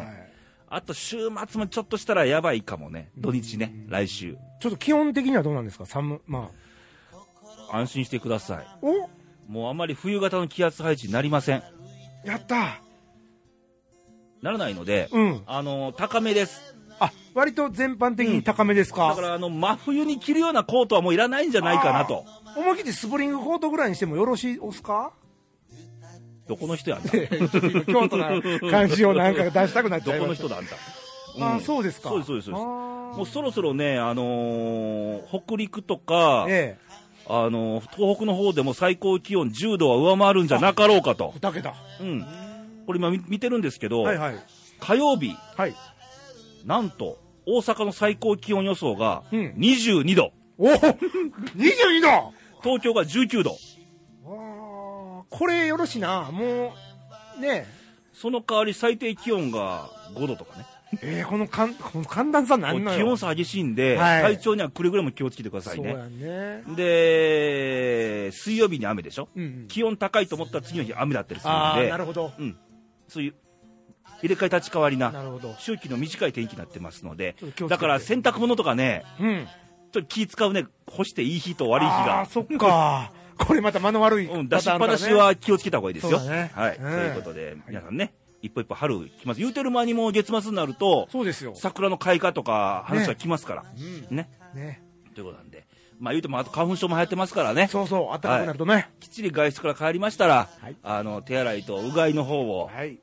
Speaker 1: あと週末もちょっとしたらやばいかもね、土日ね、来週、
Speaker 2: ちょっと基本的にはどうなんですか寒、ま
Speaker 1: 安心してください、
Speaker 2: あ。お
Speaker 1: もうあまり冬型の気圧配置になりません、
Speaker 2: やった
Speaker 1: ならないので、
Speaker 2: うん。
Speaker 1: あの高めです、
Speaker 2: あ、割と全般的に高めですか、
Speaker 1: だからあの真冬に着るようなコートはもういらないんじゃないかなと、
Speaker 2: 思い切ってスプリングコートぐらいにしてもよろしいおす
Speaker 1: <laughs>
Speaker 2: か
Speaker 1: どこの人や
Speaker 2: <laughs>
Speaker 1: んた、
Speaker 2: 京都の感じをなんか出したくなっち
Speaker 1: ど
Speaker 2: ゃい
Speaker 1: この
Speaker 2: ました
Speaker 1: 人だあんた。
Speaker 2: あ
Speaker 1: ん
Speaker 2: そうですか
Speaker 1: そうですそうですそうですも
Speaker 2: も
Speaker 1: うそろそろね、あのー北陸とか、
Speaker 2: ええ
Speaker 1: あのー東北の方でも最高気温10度は上回るんじゃなかろうかと、
Speaker 2: だけだ
Speaker 1: うん、これ今見見てるんですけど、
Speaker 2: はいはい
Speaker 1: 火曜日、
Speaker 2: はい
Speaker 1: なんと大阪の最高気温予想が
Speaker 2: うん
Speaker 1: 22度、
Speaker 2: おお22度あ
Speaker 1: 東京が19度、
Speaker 2: ーこれよろしいなもうね
Speaker 1: その代わり最低気温が5度とかね、
Speaker 2: ええーこのかんこの寒暖差なん
Speaker 1: も
Speaker 2: な
Speaker 1: うん気温差激しいんで、
Speaker 2: はい
Speaker 1: 体調にはくれぐれも気をつけてください
Speaker 2: そう
Speaker 1: ね。
Speaker 2: やね
Speaker 1: で、水曜日に雨でしょ、
Speaker 2: うんうん
Speaker 1: 気温高いと思ったら次の日雨だったりするん
Speaker 2: ああ
Speaker 1: で
Speaker 2: な、るほど
Speaker 1: うん、そういう入れ替え立ち替わり
Speaker 2: な
Speaker 1: な
Speaker 2: るほど
Speaker 1: 周期の短い天気になってますので
Speaker 2: ちょっと気をつけて
Speaker 1: だから洗濯物とかね
Speaker 2: うん
Speaker 1: ちょっと気使うね干していい日と悪い日
Speaker 2: あ
Speaker 1: が
Speaker 2: ー、そっかこれまた間の悪い、
Speaker 1: うん、出しっぱなしは気をつけた方がいいですよ、
Speaker 2: そうだね
Speaker 1: はい
Speaker 2: うん
Speaker 1: ということで皆さんね一歩一歩春来ます言うてる間にもう月末になると
Speaker 2: そうですよ
Speaker 1: 桜の開花とか話が来ますから
Speaker 2: う
Speaker 1: ね
Speaker 2: んね
Speaker 1: ということなんでまあ言うてもあと花粉症も流行ってますからね
Speaker 2: そうそう暖かくなるとね
Speaker 1: きっちり外出から帰りましたら、
Speaker 2: はい
Speaker 1: あの手洗いとうがいの方を
Speaker 2: はい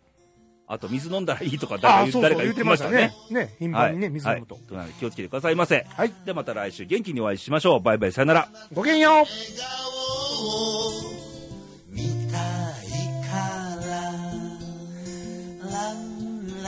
Speaker 1: あと水飲んだらいいとか
Speaker 2: ああ
Speaker 1: 誰
Speaker 2: ー
Speaker 1: か
Speaker 2: そう
Speaker 1: 誰
Speaker 2: そ
Speaker 1: か言
Speaker 2: う言
Speaker 1: っ
Speaker 2: ってて
Speaker 1: ま
Speaker 2: ま
Speaker 1: し
Speaker 2: したた
Speaker 1: ね
Speaker 2: ねね頻繁にね水飲むと、
Speaker 1: はいはい、気をつけてくださいませ、
Speaker 2: はい
Speaker 1: ではまた来週元気にお会いしましょうバイバイさよなら
Speaker 2: ごきげんよう
Speaker 4: 笑顔を